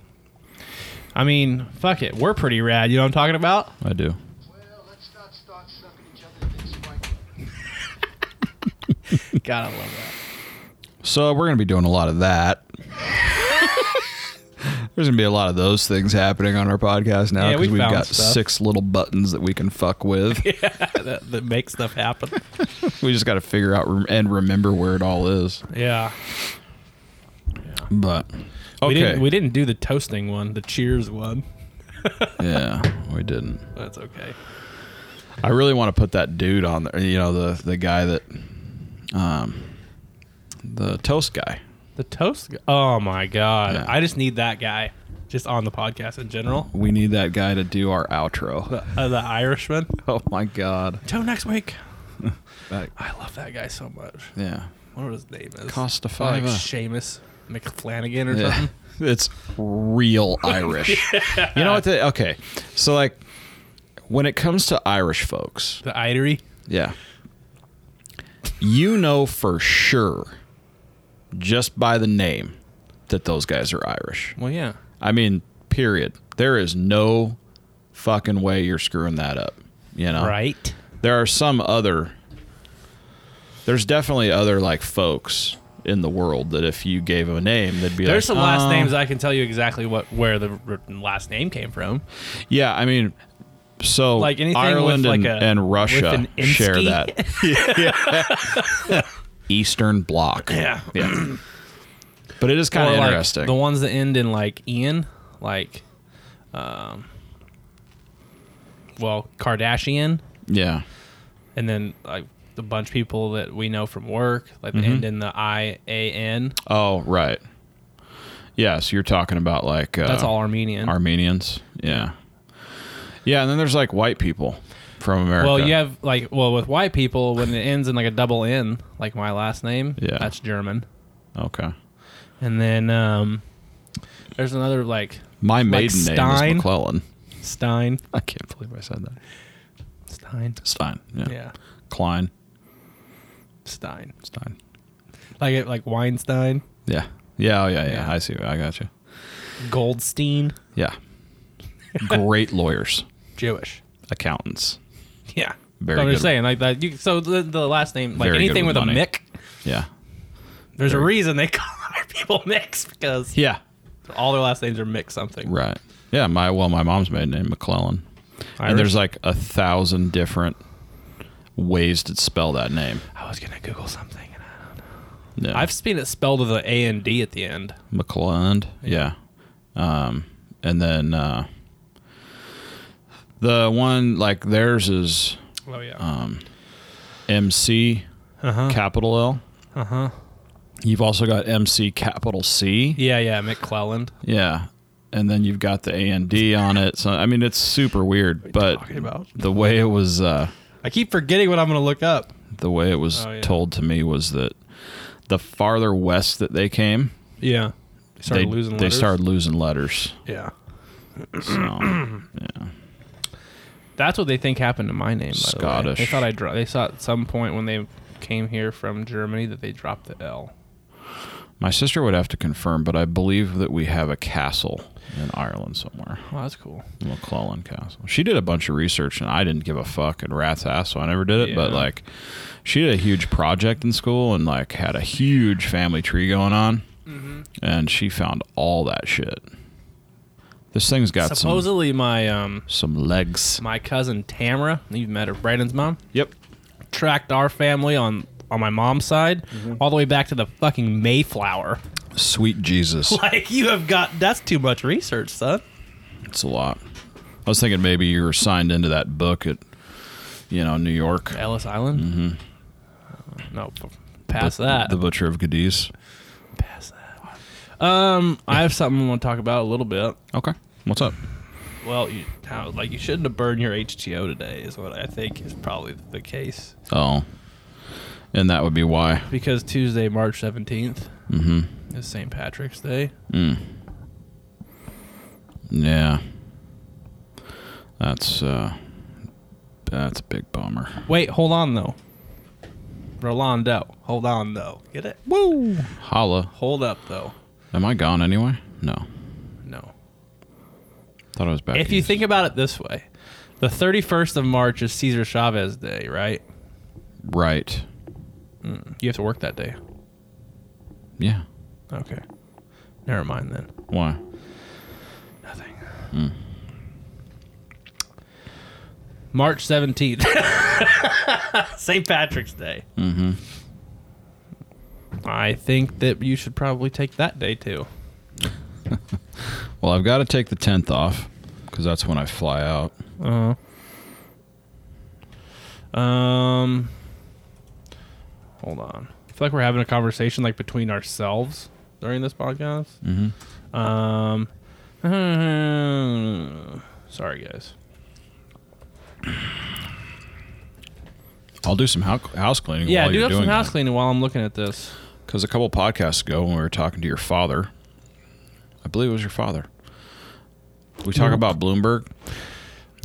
Speaker 2: I mean, fuck it. We're pretty rad. You know what I'm talking about?
Speaker 3: I do.
Speaker 4: Well, let's not start sucking each other's dicks right
Speaker 2: God, I love that.
Speaker 3: So we're gonna be doing a lot of that. There's gonna be a lot of those things happening on our podcast now
Speaker 2: Yeah, we
Speaker 3: because we have
Speaker 2: found
Speaker 3: got
Speaker 2: stuff.
Speaker 3: six little buttons that we can fuck with.
Speaker 2: that. That makes stuff happen.
Speaker 3: we just got to figure out rem- and remember where it all is.
Speaker 2: yeah.
Speaker 3: But okay,
Speaker 2: We didn't, we didn't do the toasting one, the cheers one.
Speaker 3: yeah, we didn't.
Speaker 2: That's okay.
Speaker 3: I really want to put that dude on there. You know the the guy that, um, the toast guy.
Speaker 2: The toast. g- Oh my god!
Speaker 3: Yeah.
Speaker 2: I just need that guy, just on the podcast in general.
Speaker 3: We need that guy to do our outro.
Speaker 2: The, uh, the Irishman.
Speaker 3: Oh my god.
Speaker 2: Till next week.
Speaker 3: That-
Speaker 2: I love that guy so much.
Speaker 3: yeah.
Speaker 2: What his name is?
Speaker 3: Costa
Speaker 2: Like
Speaker 3: Fiva.
Speaker 2: Seamus McFlanagan or
Speaker 3: Yeah.
Speaker 2: something.
Speaker 3: It's real Irish. You know what? The, okay. So, like, when it comes to Irish folks,
Speaker 2: The Idery.
Speaker 3: yeah, you know for sure, just by the name, that those guys are Irish.
Speaker 2: Well, yeah.
Speaker 3: I mean, period. There is no fucking way you're screwing that up. You know?
Speaker 2: Right.
Speaker 3: There are some other. There's definitely other, like, folks in the world that if you gave them a name, they'd be
Speaker 2: There's
Speaker 3: like,
Speaker 2: some last
Speaker 3: "Oh,
Speaker 2: names I can tell you exactly what where the r- last name came from.
Speaker 3: Yeah, I mean, so
Speaker 2: Like anything
Speaker 3: Ireland
Speaker 2: with like
Speaker 3: and,
Speaker 2: a
Speaker 3: and Russia
Speaker 2: with an
Speaker 3: share
Speaker 2: Insky.
Speaker 3: that Eastern Bloc.
Speaker 2: Yeah.
Speaker 3: yeah. But it is kind
Speaker 2: Or,
Speaker 3: of
Speaker 2: like,
Speaker 3: interesting.
Speaker 2: the ones that end in like Ian, like, um, well, Kardashian,
Speaker 3: yeah,
Speaker 2: and then like the bunch of people that we know from work, like they
Speaker 3: Mm-hmm.
Speaker 2: end in the I A N.
Speaker 3: Oh, right. Yeah, so you're talking about like uh,
Speaker 2: That's all Armenian.
Speaker 3: Armenians. Yeah, yeah, and then there's like white people from America.
Speaker 2: Well, you have like well with white people when it ends in like a double N, like my last name.
Speaker 3: Yeah.
Speaker 2: that's German.
Speaker 3: okay.
Speaker 2: And then um, there's another like
Speaker 3: My maiden name
Speaker 2: Stein.
Speaker 3: is McClellan.
Speaker 2: Stein.
Speaker 3: I can't believe I said that.
Speaker 2: Stein.
Speaker 3: Stein. Yeah.
Speaker 2: Yeah,
Speaker 3: Klein.
Speaker 2: Stein.
Speaker 3: Stein.
Speaker 2: Like it, like Weinstein,
Speaker 3: Yeah. Yeah. Oh, yeah. Yeah.
Speaker 2: Yeah.
Speaker 3: I see. I got you.
Speaker 2: Goldstein,
Speaker 3: Yeah. Great lawyers,
Speaker 2: Jewish.
Speaker 3: accountants.
Speaker 2: Yeah.
Speaker 3: Very
Speaker 2: so I'm just
Speaker 3: good.
Speaker 2: saying like that. You, so the, the last name, like
Speaker 3: Very good
Speaker 2: anything
Speaker 3: with
Speaker 2: with, a
Speaker 3: money.
Speaker 2: Mick,
Speaker 3: Yeah.
Speaker 2: there's
Speaker 3: Very-
Speaker 2: a reason they call our people Micks because
Speaker 3: Yeah.
Speaker 2: all their last names are Mick something.
Speaker 3: Right. Yeah. My well, my mom's maiden name McClellan, and there's like a thousand different ways to spell that name.
Speaker 2: I was gonna Google something. and I-
Speaker 3: Yeah.
Speaker 2: I've seen it spelled with an A and D at the end.
Speaker 3: McClelland. Yeah. Um, and then uh, the one like theirs is
Speaker 2: Oh yeah.
Speaker 3: Uh. MC
Speaker 2: Uh huh.
Speaker 3: capital L.
Speaker 2: Uh huh.
Speaker 3: You've also got MC capital C.
Speaker 2: Yeah, yeah, McClelland.
Speaker 3: Yeah. And then you've got the A and D on it. So I mean it's super weird, but
Speaker 2: talking about?
Speaker 3: the way it was uh
Speaker 2: I keep forgetting what I'm gonna look up.
Speaker 3: the way it was
Speaker 2: Oh, yeah.
Speaker 3: told to me was that the farther west that they came,
Speaker 2: Yeah. They started
Speaker 3: they,
Speaker 2: losing.
Speaker 3: they
Speaker 2: letters.
Speaker 3: started losing letters.
Speaker 2: Yeah.
Speaker 3: So yeah.
Speaker 2: That's what they think happened to my name. By The way.
Speaker 3: Scottish.
Speaker 2: They thought I dropped. They saw at some point when they came here from Germany that they dropped the L.
Speaker 3: My sister would have to confirm, but I believe that we have a castle in Ireland somewhere.
Speaker 2: Oh, that's cool.
Speaker 3: McClellan Castle. She did a bunch of research, and I didn't give a fuck and rat's ass, so I never did it. But
Speaker 2: Yeah.
Speaker 3: like, she did a huge project in school and like had a huge family tree going on,
Speaker 2: Mm-hmm.
Speaker 3: and she found all that shit. This thing's got some
Speaker 2: Supposedly, my um
Speaker 3: some legs.
Speaker 2: my cousin Tamara, you've met her, Brandon's mom,
Speaker 3: Yep.
Speaker 2: tracked our family on on my mom's side all the way back to the fucking Mayflower.
Speaker 3: Sweet Jesus,
Speaker 2: Like you have got that's too much research, son.
Speaker 3: it's a lot. I was thinking maybe you were signed into that book at, you know, New York.
Speaker 2: Ellis Island. Mm-hmm. No, past that.
Speaker 3: The Butcher of Cadiz.
Speaker 2: past that. Um, I have something I want to talk about a little bit.
Speaker 3: Okay. What's up?
Speaker 2: Well, you, how, like you shouldn't have burned your HTO today is what I think is probably the case
Speaker 3: Oh. And that would be why.
Speaker 2: because Tuesday, March seventeenth,
Speaker 3: Mm
Speaker 2: is St. Patrick's Day.
Speaker 3: hmm. Mm. Yeah. That's, uh, that's a big bummer.
Speaker 2: Wait, hold on though. Rolando, hold on though. Get it?
Speaker 3: Woo! Holla.
Speaker 2: Hold up though.
Speaker 3: Am I gone anyway? No.
Speaker 2: No.
Speaker 3: Thought I was back.
Speaker 2: If you
Speaker 3: east.
Speaker 2: think about it this way, the thirty first of March is Cesar Chavez Day, right?
Speaker 3: Right.
Speaker 2: You have to work that day.
Speaker 3: Yeah.
Speaker 2: Okay. Never mind then.
Speaker 3: Why?
Speaker 2: Nothing. March 17th. St. Patrick's Day.
Speaker 3: Mm hmm.
Speaker 2: I think that you should probably take that day too.
Speaker 3: Well, I've got to take the 10th off because that's when I fly out.
Speaker 2: Uh huh. Um, hold on. I feel like we're having a conversation like between ourselves during this podcast.
Speaker 3: Mm-hmm.
Speaker 2: Um, sorry guys.
Speaker 3: I'll do some hou- house cleaning.
Speaker 2: Yeah,
Speaker 3: while
Speaker 2: do
Speaker 3: you're
Speaker 2: up some
Speaker 3: doing
Speaker 2: house cleaning while I'm looking at this.
Speaker 3: Because a couple podcasts ago, when we were talking to your father, I believe it was your father. We talk about Bloomberg.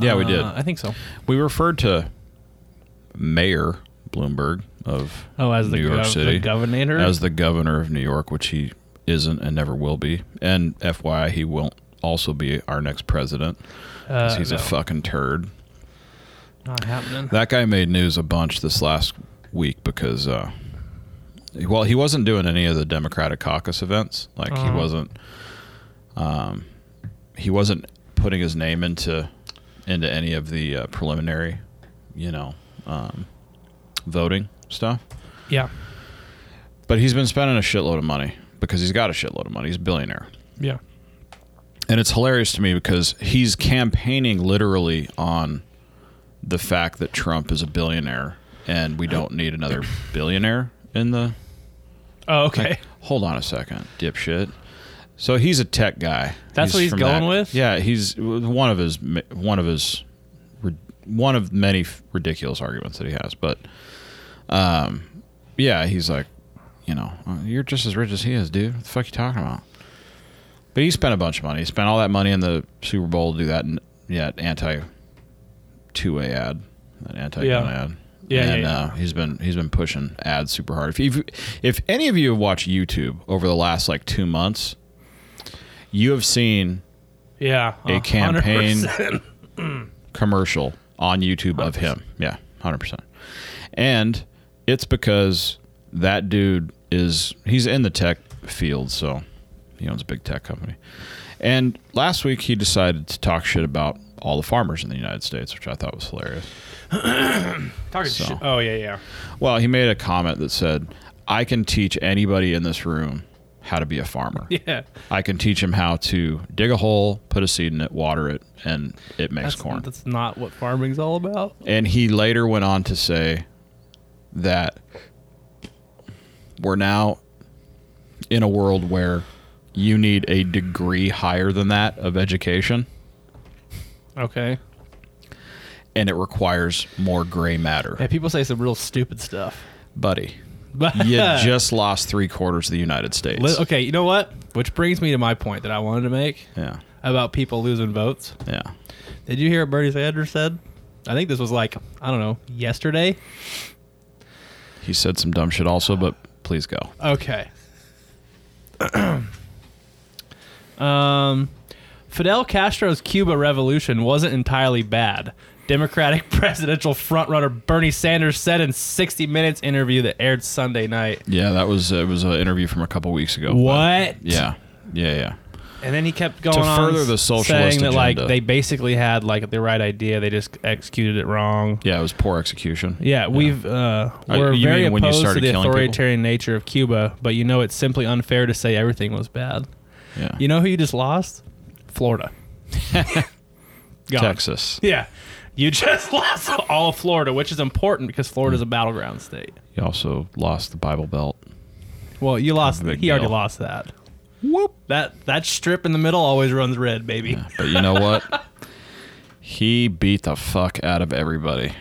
Speaker 3: Yeah, we
Speaker 2: Uh,
Speaker 3: did.
Speaker 2: I think so.
Speaker 3: We referred to Mayor Bloomberg of
Speaker 2: Oh, as the,
Speaker 3: New York
Speaker 2: gov-
Speaker 3: City
Speaker 2: the governor,
Speaker 3: as the governor of New York, which he isn't and never will be. And FYI, he won't also be our next president. 'cause
Speaker 2: uh,
Speaker 3: he's a
Speaker 2: no,
Speaker 3: fucking turd.
Speaker 2: not happening.
Speaker 3: That guy made news a bunch this last week because, uh, well, he wasn't doing any of the Democratic caucus events. Like he
Speaker 2: Uh-huh.
Speaker 3: wasn't, um, he wasn't putting his name into into any of the uh, preliminary, you know, um, voting stuff.
Speaker 2: yeah,
Speaker 3: But he's been spending a shitload of money because he's got a shitload of money. He's a billionaire.
Speaker 2: yeah,
Speaker 3: And it's hilarious to me because he's campaigning literally on the fact that Trump is a billionaire and we don't need another billionaire in the.
Speaker 2: Oh, okay.
Speaker 3: Hold on a second, dipshit. So he's a tech guy.
Speaker 2: That's what he's
Speaker 3: from
Speaker 2: going with?
Speaker 3: Yeah, he's one of his one of his one of many ridiculous arguments that he has. But, um, yeah, he's like, you know, "Uh, you're just as rich as he is, dude. What the fuck you talking about? But he spent a bunch of money. He spent all that money in the Super Bowl to do that. n- Yeah, anti two way ad, an anti gun
Speaker 2: Yeah.
Speaker 3: ad.
Speaker 2: Yeah, yeah,
Speaker 3: and
Speaker 2: yeah.
Speaker 3: Uh, he's been he's been pushing ads super hard. If you if any of you have watched YouTube over the last like two months, you have seen
Speaker 2: yeah,
Speaker 3: a
Speaker 2: 100%.
Speaker 3: campaign commercial on YouTube of him. Yeah, hundred percent. And it's because that dude is he's in the tech field, so he owns a big tech company. And last week he decided to talk shit about all the farmers in the United States, which I thought was hilarious.
Speaker 2: Talking
Speaker 3: So.
Speaker 2: shit. Oh yeah, yeah.
Speaker 3: Well, he made a comment that said, "I can teach anybody in this room how to be a farmer.
Speaker 2: Yeah,
Speaker 3: I can teach him how to dig a hole, put a seed in it, water it, and it makes
Speaker 2: that's
Speaker 3: corn."
Speaker 2: That's not what farming's all about.
Speaker 3: And he later went on to say that we're now in a world where you need a degree higher than that of education,
Speaker 2: Okay.
Speaker 3: and it requires more gray matter.
Speaker 2: Yeah, people say some real stupid stuff.
Speaker 3: Buddy,
Speaker 2: But
Speaker 3: you just lost three quarters of the United States.
Speaker 2: Li- okay, you know what? Which brings me to my point that I wanted to make
Speaker 3: Yeah,
Speaker 2: about people losing votes.
Speaker 3: yeah.
Speaker 2: Did you hear what Bernie Sanders said? I think this was like I don't know yesterday.
Speaker 3: He said some dumb shit also, but please go.
Speaker 2: Okay. um, Fidel Castro's Cuba revolution wasn't entirely bad. Democratic presidential frontrunner Bernie Sanders said in 60 Minutes interview that aired Sunday night.
Speaker 3: Yeah, that was it was an interview from a couple weeks ago. but-
Speaker 2: What?
Speaker 3: Yeah, yeah, yeah.
Speaker 2: And then he kept going
Speaker 3: To
Speaker 2: on
Speaker 3: further the
Speaker 2: s-
Speaker 3: socialist
Speaker 2: saying that like
Speaker 3: agenda.
Speaker 2: they basically had like the right idea, they just executed it wrong.
Speaker 3: Yeah, it was poor execution.
Speaker 2: Yeah, we've uh,
Speaker 3: Uh,
Speaker 2: we're
Speaker 3: you
Speaker 2: very
Speaker 3: mean when you
Speaker 2: opposed to
Speaker 3: started
Speaker 2: the
Speaker 3: killing people?
Speaker 2: authoritarian nature of Cuba, but you know it's simply unfair to say everything was bad.
Speaker 3: yeah.
Speaker 2: You know who you just lost? Florida. Gone.
Speaker 3: Texas.
Speaker 2: Yeah. You just lost all of Florida, which is important because Florida's a battleground state.
Speaker 3: He also lost the Bible Belt.
Speaker 2: Well, you lost.
Speaker 3: Big
Speaker 2: he already
Speaker 3: deal.
Speaker 2: lost that. Whoop! That that strip in the middle always runs red, baby.
Speaker 3: But you know what? he beat the fuck out of everybody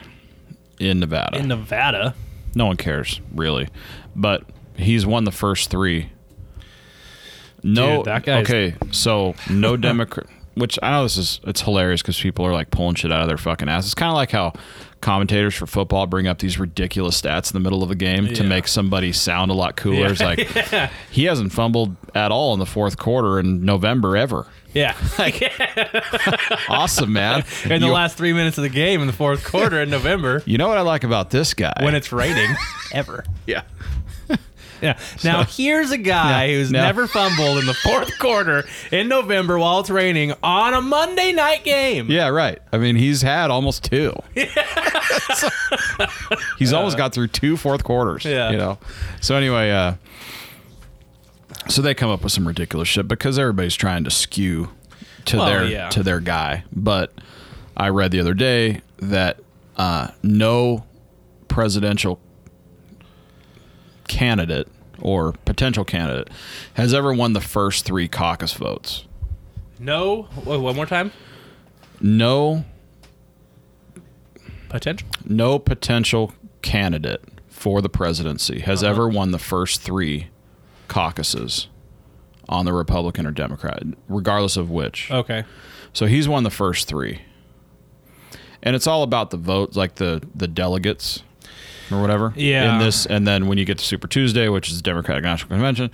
Speaker 3: in Nevada.
Speaker 2: In Nevada,
Speaker 3: no one cares, really. But he's won the first three. No,
Speaker 2: Dude, that guy's-
Speaker 3: okay. So no Democrat, which I know this is it's hilarious because people are like pulling shit out of their fucking ass. It's kind of like how commentators for football bring up these ridiculous stats in the middle of a game to
Speaker 2: Yeah.
Speaker 3: make somebody sound a lot cooler. It's like he hasn't fumbled at all in the fourth quarter in November ever.
Speaker 2: yeah.
Speaker 3: Awesome, man.
Speaker 2: in the
Speaker 3: You-
Speaker 2: last three minutes of the game in the fourth quarter in November
Speaker 3: You know what I like about this guy?
Speaker 2: when it's raining ever.
Speaker 3: yeah.
Speaker 2: Yeah. Now here's a guy
Speaker 3: Yeah,
Speaker 2: who's
Speaker 3: no.
Speaker 2: never fumbled in the fourth quarter in November while it's raining on a Monday night game.
Speaker 3: Yeah, right. I mean, he's had almost two. he's almost got through two fourth quarters.
Speaker 2: Yeah.
Speaker 3: You know. So anyway, uh so they come up with some ridiculous shit because everybody's trying to skew to
Speaker 2: Well,
Speaker 3: their
Speaker 2: yeah.
Speaker 3: to their guy. But I read the other day that uh no presidential candidate or potential candidate has ever won the first three caucus votes.
Speaker 2: No. wha- One more time.
Speaker 3: No
Speaker 2: Potential.
Speaker 3: no potential candidate for the presidency has ever won the first three caucuses on the Republican or Democrat, regardless of which.
Speaker 2: Okay.
Speaker 3: So he's won the first three. And it's all about the vote, like the the delegates or whatever.
Speaker 2: Yeah.
Speaker 3: In this, and then when you get to Super Tuesday, which is the Democratic National Convention,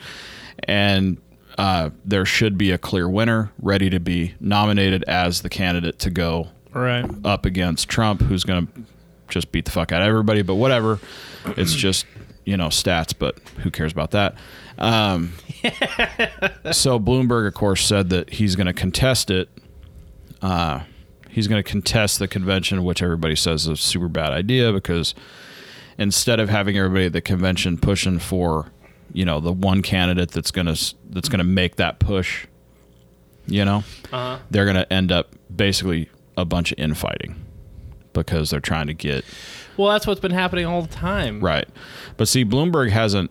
Speaker 3: and uh, there should be a clear winner ready to be nominated as the candidate to go
Speaker 2: Right.
Speaker 3: up against Trump, who's going to just beat the fuck out of everybody. But whatever, it's just you know stats. But who cares about that? Um, so Bloomberg, of course, said that he's going to contest it. Uh, he's going to contest the convention, which everybody says is a super bad idea because instead of having everybody at the convention pushing for you know the one candidate that's going to that's going to make that push you know they're going to end up basically a bunch of infighting because they're trying to get
Speaker 2: Well, that's what's been happening all the time.
Speaker 3: right but see bloomberg hasn't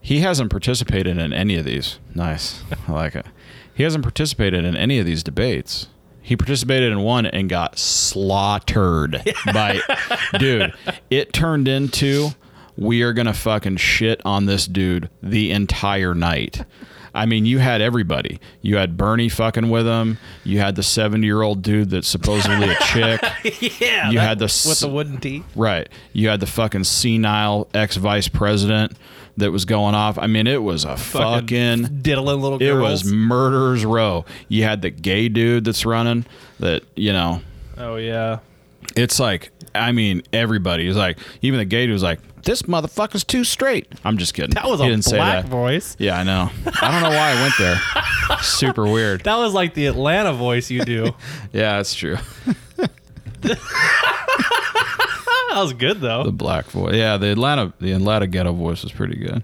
Speaker 3: he hasn't participated in any of these nice i like it he hasn't participated in any of these debates he participated in one and got slaughtered by dude it turned into we are gonna fucking shit on this dude the entire night I mean, you had everybody. You had Bernie fucking with him. You had the seventy-year-old dude that's supposedly a chick.
Speaker 2: Yeah.
Speaker 3: You
Speaker 2: that-
Speaker 3: had the s-
Speaker 2: with the wooden tee.
Speaker 3: Right. You had the fucking senile ex vice president that was going off. I mean, it was a fucking,
Speaker 2: diddling little
Speaker 3: it
Speaker 2: girls.
Speaker 3: was murderers row. You had the gay dude that's running that, you know,
Speaker 2: Oh yeah.
Speaker 3: it's like I mean, everybody is like even the gay dude was like, This motherfucker's too straight. I'm just kidding.
Speaker 2: That was
Speaker 3: He
Speaker 2: a
Speaker 3: didn't say
Speaker 2: black
Speaker 3: that.
Speaker 2: voice.
Speaker 3: Yeah, I know. I don't know why I went there. Super weird.
Speaker 2: That was like the Atlanta voice you do.
Speaker 3: Yeah, that's true.
Speaker 2: that was good
Speaker 3: The
Speaker 2: though.
Speaker 3: black voice. Yeah, the Atlanta the Atlanta ghetto voice was pretty good.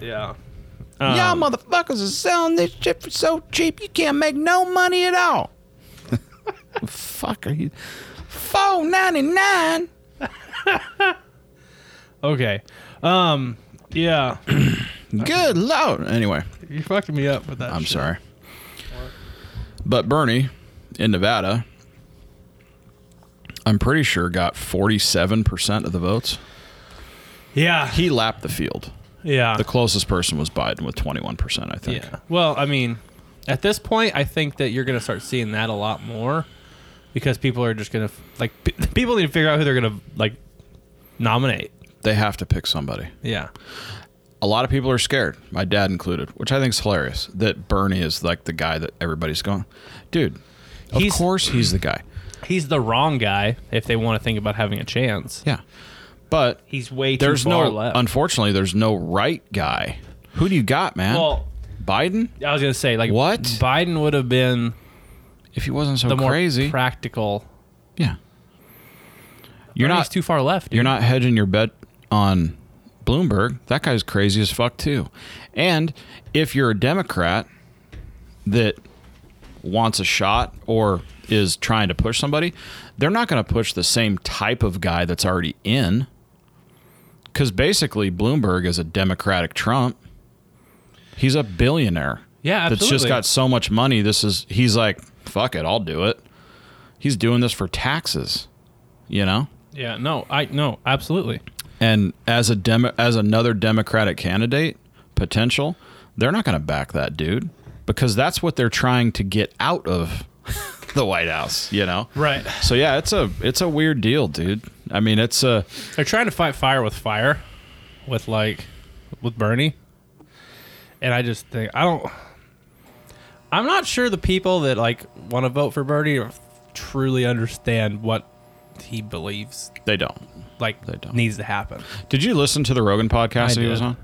Speaker 2: Yeah. Um,
Speaker 3: Y'all motherfuckers are selling this shit for so cheap you can't make no money at all. Fuck are you? Four ninety nine.
Speaker 2: Okay. Um. Yeah.
Speaker 3: Good lord. Anyway,
Speaker 2: you fucked me up with that.
Speaker 3: I'm
Speaker 2: shit.
Speaker 3: sorry. But Bernie in Nevada, I'm pretty sure got forty seven percent of the votes.
Speaker 2: Yeah.
Speaker 3: He lapped the field.
Speaker 2: Yeah.
Speaker 3: The closest person was Biden with twenty one percent, I think.
Speaker 2: Yeah. Well, I mean, at this point, I think that you're going to start seeing that a lot more because people are just going to like p- people need to figure out who they're going to like nominate.
Speaker 3: They have to pick somebody.
Speaker 2: Yeah.
Speaker 3: a lot of people are scared, my dad included, which I think is hilarious. That Bernie is like the guy that everybody's going, dude. Of
Speaker 2: He's-
Speaker 3: course, he's the guy.
Speaker 2: He's the wrong guy if they want to think about having a chance.
Speaker 3: Yeah, but
Speaker 2: He's way too
Speaker 3: there's
Speaker 2: far
Speaker 3: no.
Speaker 2: left.
Speaker 3: Unfortunately, there's no right guy. Who do you got, man?
Speaker 2: well,
Speaker 3: Biden.
Speaker 2: I was going to say like
Speaker 3: What?
Speaker 2: Biden would have been
Speaker 3: If he wasn't so
Speaker 2: the more
Speaker 3: crazy,
Speaker 2: practical.
Speaker 3: yeah. You're
Speaker 2: Bernie's
Speaker 3: not.
Speaker 2: too far left.
Speaker 3: You're not hedging your bet on Bloomberg. That guy's crazy as fuck too. And if you're a Democrat that wants a shot or is trying to push somebody, they're not going to push the same type of guy that's already in. Because basically, Bloomberg is a Democratic Trump. He's a billionaire.
Speaker 2: Yeah,
Speaker 3: That's just
Speaker 2: absolutely.
Speaker 3: got so much money. This is, he's like, fuck it, I'll do it. He's doing this for taxes, you know?
Speaker 2: Yeah, no, I no, absolutely.
Speaker 3: And as a demo, as another Democratic candidate potential, they're not going to back that dude because that's what they're trying to get out of the White House, you know.
Speaker 2: Right.
Speaker 3: So yeah, it's a it's a weird deal, dude. I mean, it's a
Speaker 2: They're trying to fight fire with fire, with like, with Bernie. And I just think I don't. I'm not sure the people that like want to vote for Bernie truly understand what he believes
Speaker 3: they don't.
Speaker 2: like
Speaker 3: They don't.
Speaker 2: needs to happen.
Speaker 3: Did you listen to the Rogan podcast
Speaker 2: I
Speaker 3: that he was
Speaker 2: did.
Speaker 3: on?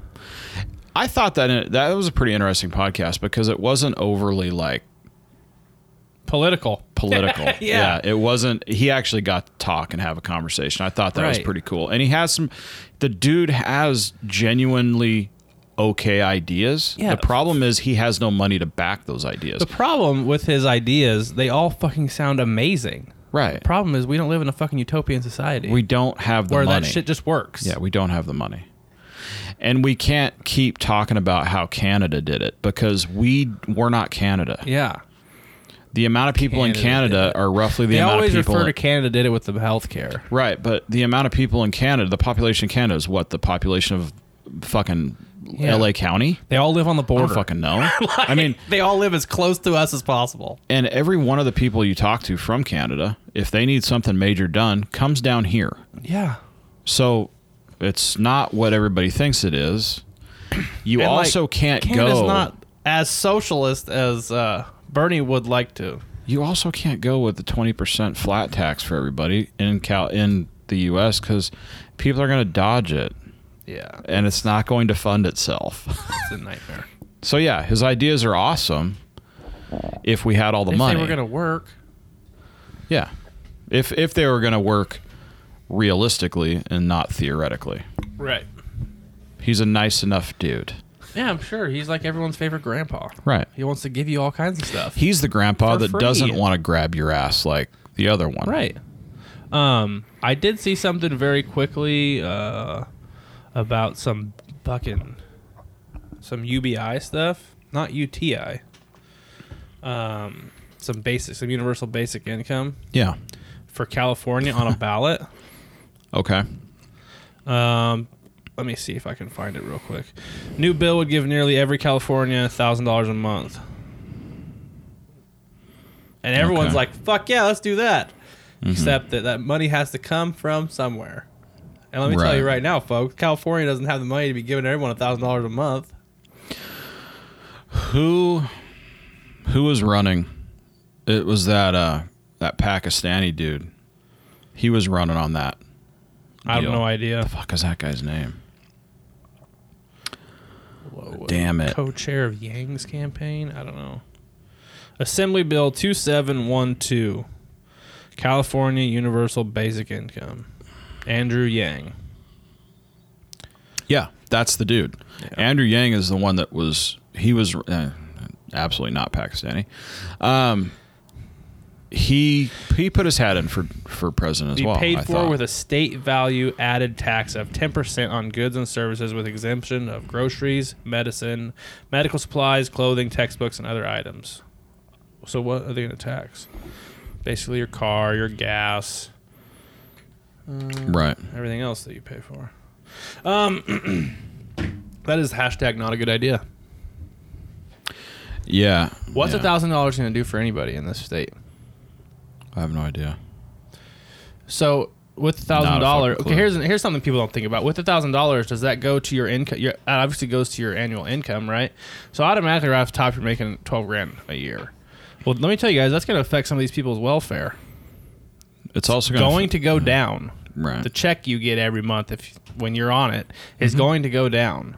Speaker 3: I thought that it, that was a pretty interesting podcast because it wasn't overly like
Speaker 2: Political.
Speaker 3: political. yeah.
Speaker 2: Yeah.
Speaker 3: it wasn't. He actually got to talk and have a conversation. I thought that was
Speaker 2: Right.
Speaker 3: pretty cool. And he has some. The dude has genuinely okay ideas.
Speaker 2: Yeah.
Speaker 3: The problem is he has no money to back those ideas.
Speaker 2: The problem with his ideas, they all fucking sound amazing.
Speaker 3: right.
Speaker 2: Problem is, we don't live in a fucking utopian society
Speaker 3: we don't have the
Speaker 2: where
Speaker 3: money.
Speaker 2: that shit just works.
Speaker 3: yeah, we don't have the money. And we can't keep talking about how Canada did it because we we're not Canada.
Speaker 2: Yeah.
Speaker 3: The amount of people in
Speaker 2: Canada did
Speaker 3: Canada
Speaker 2: it.
Speaker 3: are roughly the
Speaker 2: They
Speaker 3: amount of
Speaker 2: always
Speaker 3: people
Speaker 2: refer to Canada did it with the healthcare.
Speaker 3: Right, but the amount of people in Canada, the population in Canada is what the population of fucking
Speaker 2: Yeah.
Speaker 3: LA County.
Speaker 2: They all live on the
Speaker 3: I
Speaker 2: border.
Speaker 3: don't fucking know. I mean,
Speaker 2: they all live as close to us as possible.
Speaker 3: and every one of the people you talk to from Canada, if they need something major done, comes down here.
Speaker 2: Yeah.
Speaker 3: So it's not what everybody thinks it is. You
Speaker 2: And, like,
Speaker 3: also can't
Speaker 2: Canada's
Speaker 3: go.
Speaker 2: not as socialist as uh, Bernie would like to.
Speaker 3: you also can't go with the twenty percent flat tax for everybody in Cal in the U.S. because people are going to dodge it,
Speaker 2: Yeah.
Speaker 3: and it's not going to fund itself.
Speaker 2: It's a nightmare.
Speaker 3: So yeah, his ideas are awesome. If we had all the
Speaker 2: if
Speaker 3: money,
Speaker 2: they were going to work.
Speaker 3: yeah. If if they were gonna work realistically and not theoretically,
Speaker 2: Right.
Speaker 3: he's a nice enough dude.
Speaker 2: Yeah, I'm sure. He's like everyone's favorite grandpa.
Speaker 3: Right.
Speaker 2: He wants to give you all kinds of stuff.
Speaker 3: He's the grandpa
Speaker 2: For
Speaker 3: that
Speaker 2: free.
Speaker 3: doesn't want to grab your ass like the other one.
Speaker 2: Right. Um, I did see something very quickly uh, about some fucking some UBI stuff, not UTI. Um, some basic, some universal basic income
Speaker 3: Yeah.
Speaker 2: for California on a ballot.
Speaker 3: Okay.
Speaker 2: Um, let me see if I can find it real quick. New bill would give nearly every California thousand dollars a month, and everyone's
Speaker 3: Okay. Mm-hmm.
Speaker 2: like, "Fuck yeah, let's do that." Except that that money has to come from somewhere. And let me tell you
Speaker 3: Right.
Speaker 2: right now, folks, California doesn't have the money to be giving everyone thousand dollars a month.
Speaker 3: Who who was running? It was that uh that Pakistani dude. He was running on that.
Speaker 2: I have
Speaker 3: Deal.
Speaker 2: no idea.
Speaker 3: Fuck is that guy's name? Damn it.
Speaker 2: Co-chair of Yang's campaign. I don't know. Assembly Bill two seven one two, California Universal Basic Income. Andrew Yang.
Speaker 3: Yeah, that's the dude. Andrew Yang is the one that was he was uh, absolutely not Pakistani. Um, he he put his hat in for for president as
Speaker 2: be
Speaker 3: well.
Speaker 2: paid
Speaker 3: I
Speaker 2: for
Speaker 3: thought.
Speaker 2: with a state value added tax of 10% on goods and services with exemption of groceries, medicine, medical supplies, clothing, textbooks, and other items. So, what are they going to tax? Basically, your car, your gas,
Speaker 3: right.
Speaker 2: everything else that you pay for. Um, that is hashtag not a good idea.
Speaker 3: Yeah.
Speaker 2: What's
Speaker 3: yeah.
Speaker 2: a $1,000 going to do for anybody in this state?
Speaker 3: I have no idea.
Speaker 2: So with thousand
Speaker 3: Not a
Speaker 2: dollar,
Speaker 3: fucking
Speaker 2: okay,
Speaker 3: clue.
Speaker 2: here's here's something people don't think about. With thousand dollars, does that go to your income? Your that obviously goes to your annual income, right? So automatically, right off the top, you're making twelve grand a year. Well, let me tell you guys, that's going to affect some of these people's welfare.
Speaker 3: It's also gonna Mm-hmm.
Speaker 2: Going to go down.
Speaker 3: right. Mm-hmm.
Speaker 2: The check you get every month, if when you're on it, is going to go down.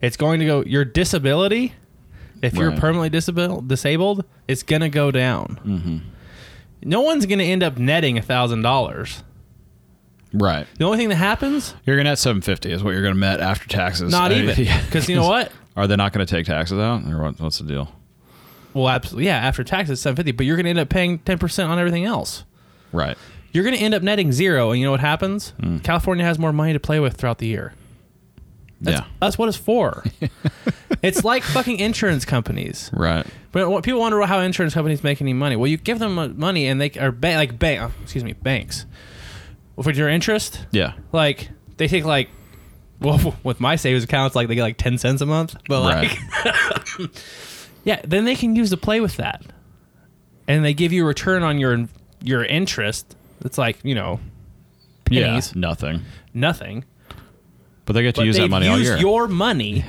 Speaker 2: It's going to go. Your disability, if you're
Speaker 3: Right.
Speaker 2: permanently disabled, disabled, it's going to go down.
Speaker 3: Mm-hmm.
Speaker 2: No one's going to end up netting thousand dollars.
Speaker 3: right.
Speaker 2: The only thing that happens
Speaker 3: You're gonna net seven fifty is what you're gonna net after taxes.
Speaker 2: Not
Speaker 3: I-
Speaker 2: even.
Speaker 3: Uh, yeah.
Speaker 2: Because you know what?
Speaker 3: Are they not gonna take taxes out? Or what, what's the deal?
Speaker 2: Well, absolutely. Yeah, after taxes, seven fifty. But you're going to end up paying ten percent on everything else.
Speaker 3: Right.
Speaker 2: You're going to end up netting zero, and you know what happens?
Speaker 3: Mm.
Speaker 2: California has more money to play with throughout the year.
Speaker 3: Yeah.
Speaker 2: That's what it's for. it's like fucking insurance companies.
Speaker 3: Right.
Speaker 2: But what people wonder how insurance companies make any money. Well, you give them mo- money, and they are ba- like bank. oh, excuse me, banks. Well, for your interest,
Speaker 3: Yeah.
Speaker 2: like they take like, well, with my savings accounts, like they get like ten cents a month. But like,
Speaker 3: Right.
Speaker 2: yeah, then they can use to play with that, and they give you a return on your your interest. It's like you know,
Speaker 3: yeah.
Speaker 2: pennies.
Speaker 3: Nothing.
Speaker 2: nothing.
Speaker 3: But they get to
Speaker 2: But
Speaker 3: use
Speaker 2: they've
Speaker 3: that money all
Speaker 2: used
Speaker 3: year.
Speaker 2: your money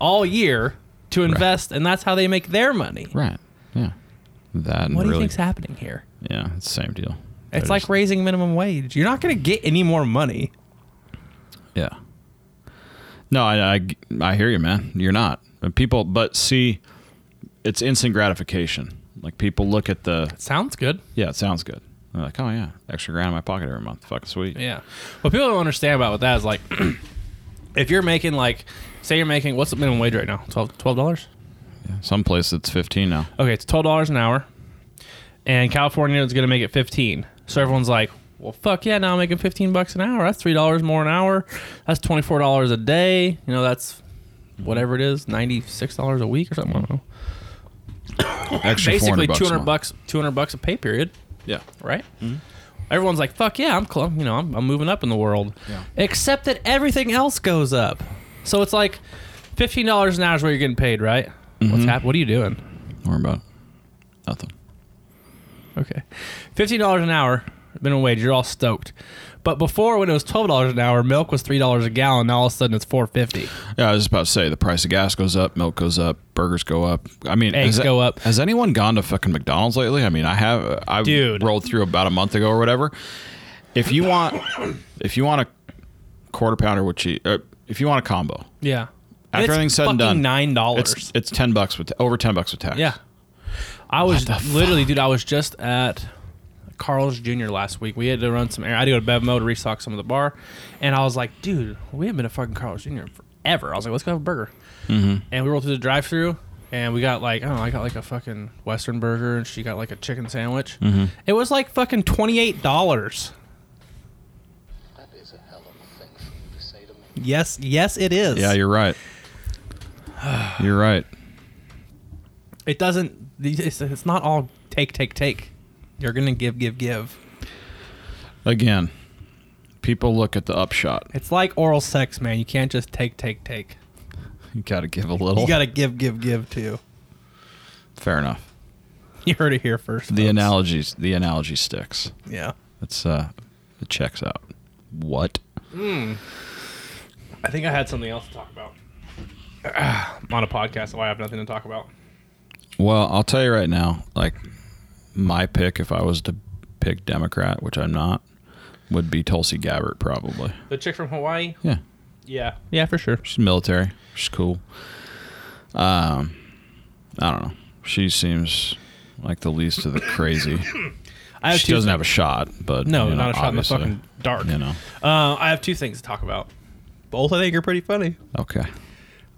Speaker 2: all year to invest, and that's how they make their money.
Speaker 3: right. Yeah. That and
Speaker 2: What do you
Speaker 3: really.
Speaker 2: think's happening here?
Speaker 3: yeah. It's the same deal.
Speaker 2: It's
Speaker 3: They're
Speaker 2: like
Speaker 3: just-
Speaker 2: raising minimum wage. You're not going to get any more money.
Speaker 3: Yeah. No, I, I, I hear you, man. You're not. And people, but see, it's instant gratification. Like people look at the,
Speaker 2: Sounds good.
Speaker 3: yeah, it sounds good. They're like, oh, yeah, extra grand in my pocket every month. Fucking sweet.
Speaker 2: Yeah. What people don't understand about with that is like, if you're making like, say you're making what's the minimum wage right now? Twelve twelve dollars.
Speaker 3: Some place it's 15 now.
Speaker 2: Okay, it's twelve dollars an hour, and California is going to make it fifteen. So everyone's like, well, fuck yeah! Now I'm making fifteen bucks an hour. That's three dollars more an hour. That's twenty four dollars a day. You know, that's whatever it is, ninety six dollars a week or something. I don't know.
Speaker 3: Extra
Speaker 2: Basically, two
Speaker 3: a
Speaker 2: hundred
Speaker 3: month.
Speaker 2: bucks, two hundred bucks a pay period.
Speaker 3: Yeah. Mm-hmm.
Speaker 2: right? Everyone's like, "Fuck yeah, I'm cl- you know I'm, I'm moving up in the world,"
Speaker 3: Yeah.
Speaker 2: except that everything else goes up. So it's like fifteen dollars an hour is what you're getting paid, right?
Speaker 3: Mm-hmm.
Speaker 2: What's hap- What are you doing?
Speaker 3: Don't worry about it. Nothing.
Speaker 2: Okay, fifteen dollars an hour minimum wage. You're all stoked, but before when it was twelve dollars an hour, milk was three dollars a gallon. Now all of a sudden it's four fifty.
Speaker 3: Yeah, I was just about to say the price of gas goes up, milk goes up, burgers go up. I mean,
Speaker 2: Eggs
Speaker 3: has-
Speaker 2: go up.
Speaker 3: Has anyone gone to fucking McDonald's lately? I mean, I have. I
Speaker 2: Dude.
Speaker 3: rolled through about a month ago or whatever. If you want, if you want a quarter pounder with cheese, uh, if you want a combo,
Speaker 2: Yeah,
Speaker 3: After everything's said and done,
Speaker 2: nine
Speaker 3: it's
Speaker 2: dollars.
Speaker 3: it's ten bucks with over ten bucks with tax.
Speaker 2: Yeah. I was
Speaker 3: What the
Speaker 2: literally, dude, I was just at Carl's Jr. last week. We had to run some errands. I had to go to Bevmo to restock some of the bar. And I was like, dude, we haven't been to fucking Carl's Jr. in forever. I was like, let's go have a burger.
Speaker 3: Mm-hmm.
Speaker 2: And we rolled through the drive through and we got like, I don't know, I got like a fucking Western burger and she got like a chicken sandwich.
Speaker 3: Mm-hmm.
Speaker 2: It was like fucking $28.
Speaker 4: That is a hell of a thing for you to say to me.
Speaker 2: Yes, yes, it is.
Speaker 3: yeah, you're right. You're right.
Speaker 2: it doesn't, it's, it's not all take, take, take. You're going to give, give, give.
Speaker 3: Again, people look at the upshot.
Speaker 2: It's like oral sex, man. You can't just take, take, take.
Speaker 3: You got to give a little.
Speaker 2: You gotta give, give, give too.
Speaker 3: Fair enough.
Speaker 2: You heard it here first.
Speaker 3: The
Speaker 2: folks.
Speaker 3: analogies, the analogy sticks.
Speaker 2: Yeah.
Speaker 3: It's uh, it checks out. What?
Speaker 2: I think I had something else to talk about. I'm on a podcast, so I have nothing to talk about.
Speaker 3: Well, I'll tell you right now, like my pick, if I was to pick Democrat, which I'm not, would be Tulsi Gabbard probably.
Speaker 2: The chick from Hawaii.
Speaker 3: Yeah,
Speaker 2: Yeah. Yeah, for sure.
Speaker 3: she's military. She's cool. Um, I don't know. She seems like the least of the crazy.
Speaker 2: I have
Speaker 3: she
Speaker 2: two
Speaker 3: doesn't
Speaker 2: thi-
Speaker 3: have a shot, but
Speaker 2: No,
Speaker 3: you know,
Speaker 2: not a shot
Speaker 3: obviously,
Speaker 2: in the fucking dark.
Speaker 3: You know.
Speaker 2: Uh, I have two things to talk about. Both I think are pretty funny.
Speaker 3: Okay.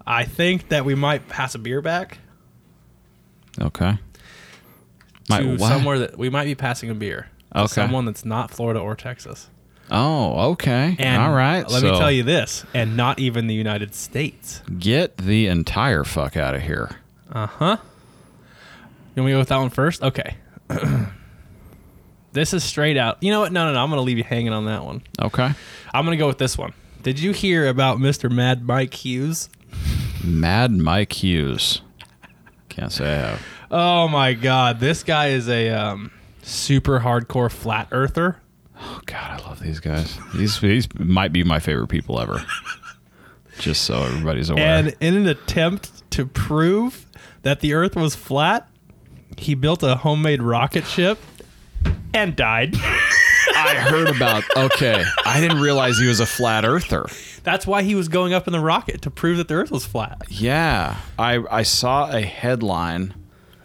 Speaker 2: I think that we might pass a beer back
Speaker 3: Okay. Might-
Speaker 2: to
Speaker 3: what?
Speaker 2: somewhere that we might be passing a beer. to
Speaker 3: Okay.
Speaker 2: Someone that's not Florida or Texas.
Speaker 3: Oh, okay.
Speaker 2: And
Speaker 3: All right.
Speaker 2: Let me
Speaker 3: so-
Speaker 2: tell you this, and not even the United States.
Speaker 3: Get the entire fuck out of here.
Speaker 2: Uh huh. You want me to go with that one first? Okay. this is straight out. You know what? No, no, no. I'm going to leave you hanging on that one.
Speaker 3: Okay.
Speaker 2: I'm going to go with this one. Did you hear about Mr. Mad Mike Hughes?
Speaker 3: Mad Mike Hughes. Can't say I have.
Speaker 2: Oh my God. This guy is a um, super hardcore flat earther.
Speaker 3: Oh God, I love these guys. These these might be my favorite people ever. Just so everybody's aware.
Speaker 2: And in an attempt to prove that the earth was flat, he built a homemade rocket ship and died.
Speaker 3: I heard about. Okay, I didn't realize he was a flat earther.
Speaker 2: That's why he was going up in the rocket to prove that the earth was flat.
Speaker 3: Yeah, I I saw a headline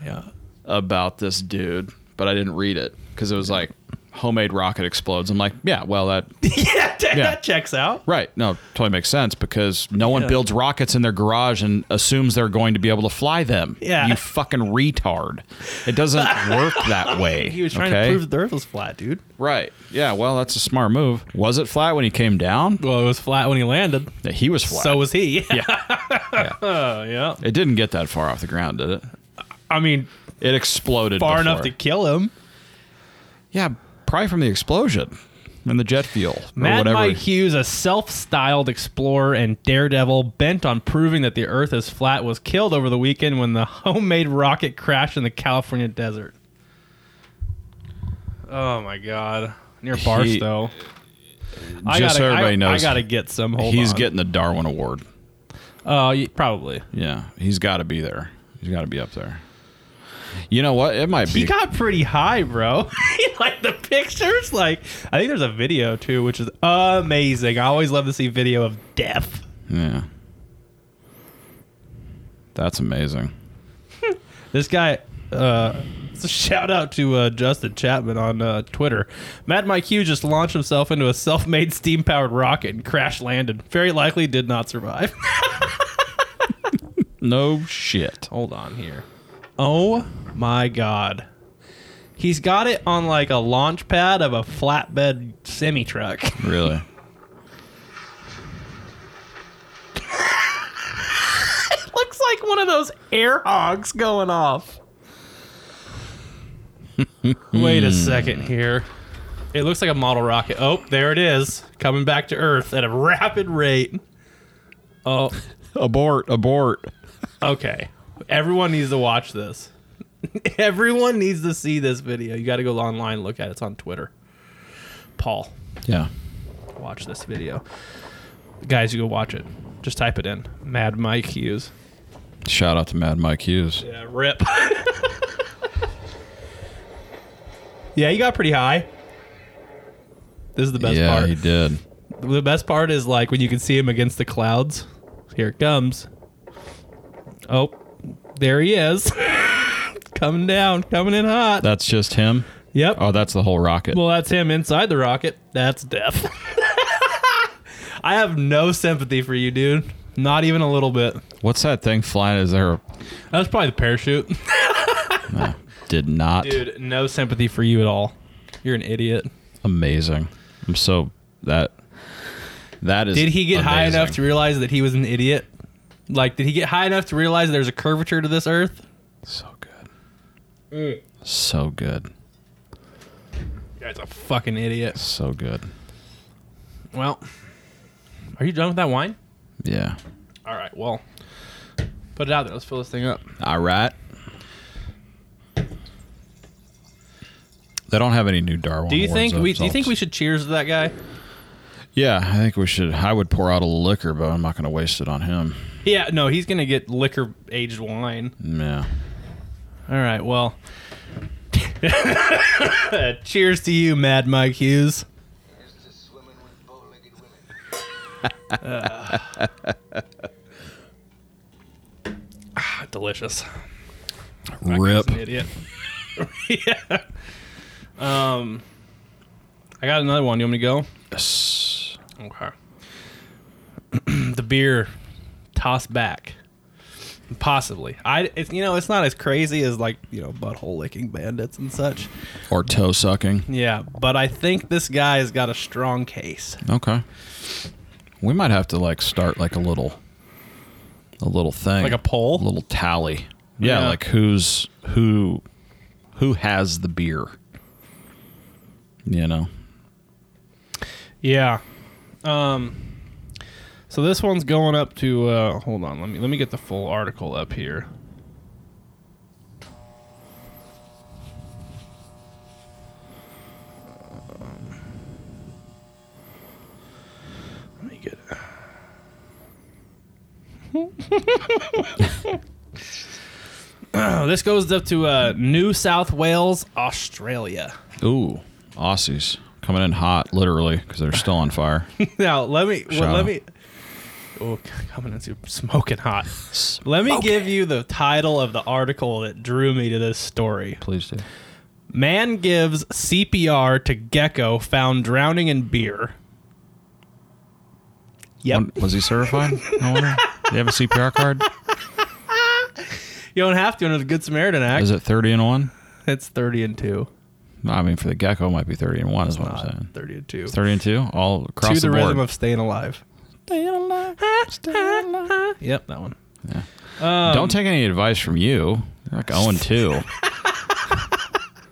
Speaker 2: Yeah.
Speaker 3: about this dude, but I didn't read it because it was like homemade rocket explodes. I'm like, yeah, well, that
Speaker 2: yeah, that
Speaker 3: Yeah.
Speaker 2: checks out.
Speaker 3: right. No, totally makes sense because no one
Speaker 2: Yeah.
Speaker 3: builds rockets in their garage and assumes they're going to be able to fly them.
Speaker 2: Yeah.
Speaker 3: you fucking retard. It doesn't work that way.
Speaker 2: He was trying
Speaker 3: okay?
Speaker 2: to prove that the Earth was flat, dude.
Speaker 3: Right. Yeah. Well, that's a smart move. Was it flat when he came down?
Speaker 2: Well, it was flat when he landed.
Speaker 3: Yeah, He was flat.
Speaker 2: So was he. Yeah.
Speaker 3: Yeah.
Speaker 2: Oh, yeah.
Speaker 3: It didn't get that far off the ground, did it?
Speaker 2: I mean,
Speaker 3: It exploded
Speaker 2: far
Speaker 3: before.
Speaker 2: enough to kill him.
Speaker 3: Yeah, probably from the explosion and the jet fuel or
Speaker 2: Mad
Speaker 3: whatever.
Speaker 2: Mike Hughes, a self-styled explorer and daredevil bent on proving that the Earth is flat, was killed over the weekend when the homemade rocket crashed in the California desert. Oh my God! Near Barstow. I gotta,
Speaker 3: Just so everybody
Speaker 2: I, I
Speaker 3: knows,
Speaker 2: gotta get some. Hold
Speaker 3: he's
Speaker 2: on.
Speaker 3: getting the Darwin Award.
Speaker 2: Oh, y probably.
Speaker 3: Yeah, he's got to be there. He's got to be up there. You know what? It might be.
Speaker 2: He got pretty high, bro. like the pictures, like I think there's a video too, which is amazing. I always love to see video of death.
Speaker 3: yeah. That's amazing.
Speaker 2: This guy, uh, it's a shout out to uh, Justin Chapman on uh, Twitter. Mad Mike Hughes just launched himself into a self made steam powered rocket and crash landed. Very likely did not survive.
Speaker 3: No shit.
Speaker 2: Hold on here. Oh my God. He's got it on like a launch pad of a flatbed semi truck.
Speaker 3: Really?
Speaker 2: Looks like one of those air hogs going off. Wait a second here. It looks like a model rocket. Oh, there it is. Coming back to Earth at a rapid rate. Oh,
Speaker 3: Abort. Abort.
Speaker 2: okay. Everyone needs to watch this. Everyone needs to see this video. You got to go online and look at it. It's on Twitter. Paul,
Speaker 3: Yeah.
Speaker 2: watch this video. Guys, you go watch it. Just type it in. Mad Mike Hughes.
Speaker 3: Shout out to Mad Mike Hughes.
Speaker 2: Yeah, rip. yeah, he got pretty high. This is the best
Speaker 3: yeah,
Speaker 2: part.
Speaker 3: he did.
Speaker 2: The best part is like when you can see him against the clouds. Here it comes. Oh, there he is. coming down, coming in hot.
Speaker 3: That's just him.
Speaker 2: Yep.
Speaker 3: Oh, that's the whole rocket.
Speaker 2: Well, that's him inside the rocket. That's death. I have no sympathy for you, dude. Not even a little bit.
Speaker 3: What's that thing flying? Is there? a-
Speaker 2: That was probably the parachute.
Speaker 3: Did not.
Speaker 2: Dude, no sympathy for you at all. You're an idiot.
Speaker 3: Amazing. I'm so that. That is.
Speaker 2: Did he get high
Speaker 3: amazing.
Speaker 2: enough to realize that he was an idiot? Like, did he get high enough to realize there's a curvature to this earth?
Speaker 3: So good.
Speaker 2: Mm.
Speaker 3: So good.
Speaker 2: That's a fucking idiot.
Speaker 3: So good.
Speaker 2: Well, are you done with that wine?
Speaker 3: Yeah.
Speaker 2: All right, well, put it out there. Let's fill this thing up.
Speaker 3: All right. They don't have any new Darwin.
Speaker 2: Do you
Speaker 3: Awards
Speaker 2: think we? Do you
Speaker 3: results.
Speaker 2: think we should cheers to that guy?
Speaker 3: Yeah, I think we should. I would pour out a liquor, but I'm not going to waste it on him.
Speaker 2: Yeah, no, he's gonna get liquor aged wine.
Speaker 3: Yeah.
Speaker 2: All right, well, cheers to you, Mad Mike Hughes.
Speaker 4: Here's to swimming with bow-legged women.
Speaker 2: Ah, Delicious.
Speaker 3: Rip.
Speaker 2: an idiot. yeah. Um, I got another one. You want me to go?
Speaker 3: Yes.
Speaker 2: Okay. the beer tossed back. Possibly. I. It's, you know, it's not as crazy as like you know butthole licking bandits and such.
Speaker 3: Or toe sucking.
Speaker 2: Yeah, but I think this guy has got a strong case.
Speaker 3: Okay. We might have to like start like a little, a little thing,
Speaker 2: Like a poll?
Speaker 3: a little tally. Yeah,
Speaker 2: Yeah.
Speaker 3: like who's who, who has the beer. You know,
Speaker 2: Yeah. Um. So this one's going up to. Uh, hold on. Let me let me get the full article up here. Let me get. this goes up to uh, New South Wales, Australia.
Speaker 3: ooh, Aussies coming in hot, literally because they're still on fire.
Speaker 2: Now let me well,
Speaker 3: Shaw.
Speaker 2: let me. Oh, coming into smoking hot. Let me give you the title of the article that drew me to this story.
Speaker 3: Please do.
Speaker 2: Man gives CPR to gecko found drowning in beer. Yep.
Speaker 3: When- Was he certified? I wonder. Do you have a CPR card?
Speaker 2: You don't have to under the Good Samaritan Act.
Speaker 3: Is it 30 and 1?
Speaker 2: It's 30 and 2.
Speaker 3: I mean, for the gecko, it might be 30 and 1 is what I'm
Speaker 2: Not
Speaker 3: saying.
Speaker 2: 30 and 2.
Speaker 3: 30 and 2? All
Speaker 2: to
Speaker 3: across
Speaker 2: the,
Speaker 3: the, board.
Speaker 2: rhythm of staying alive. Yep, that one.
Speaker 3: Don't take any advice from you. You're like 0 and 2.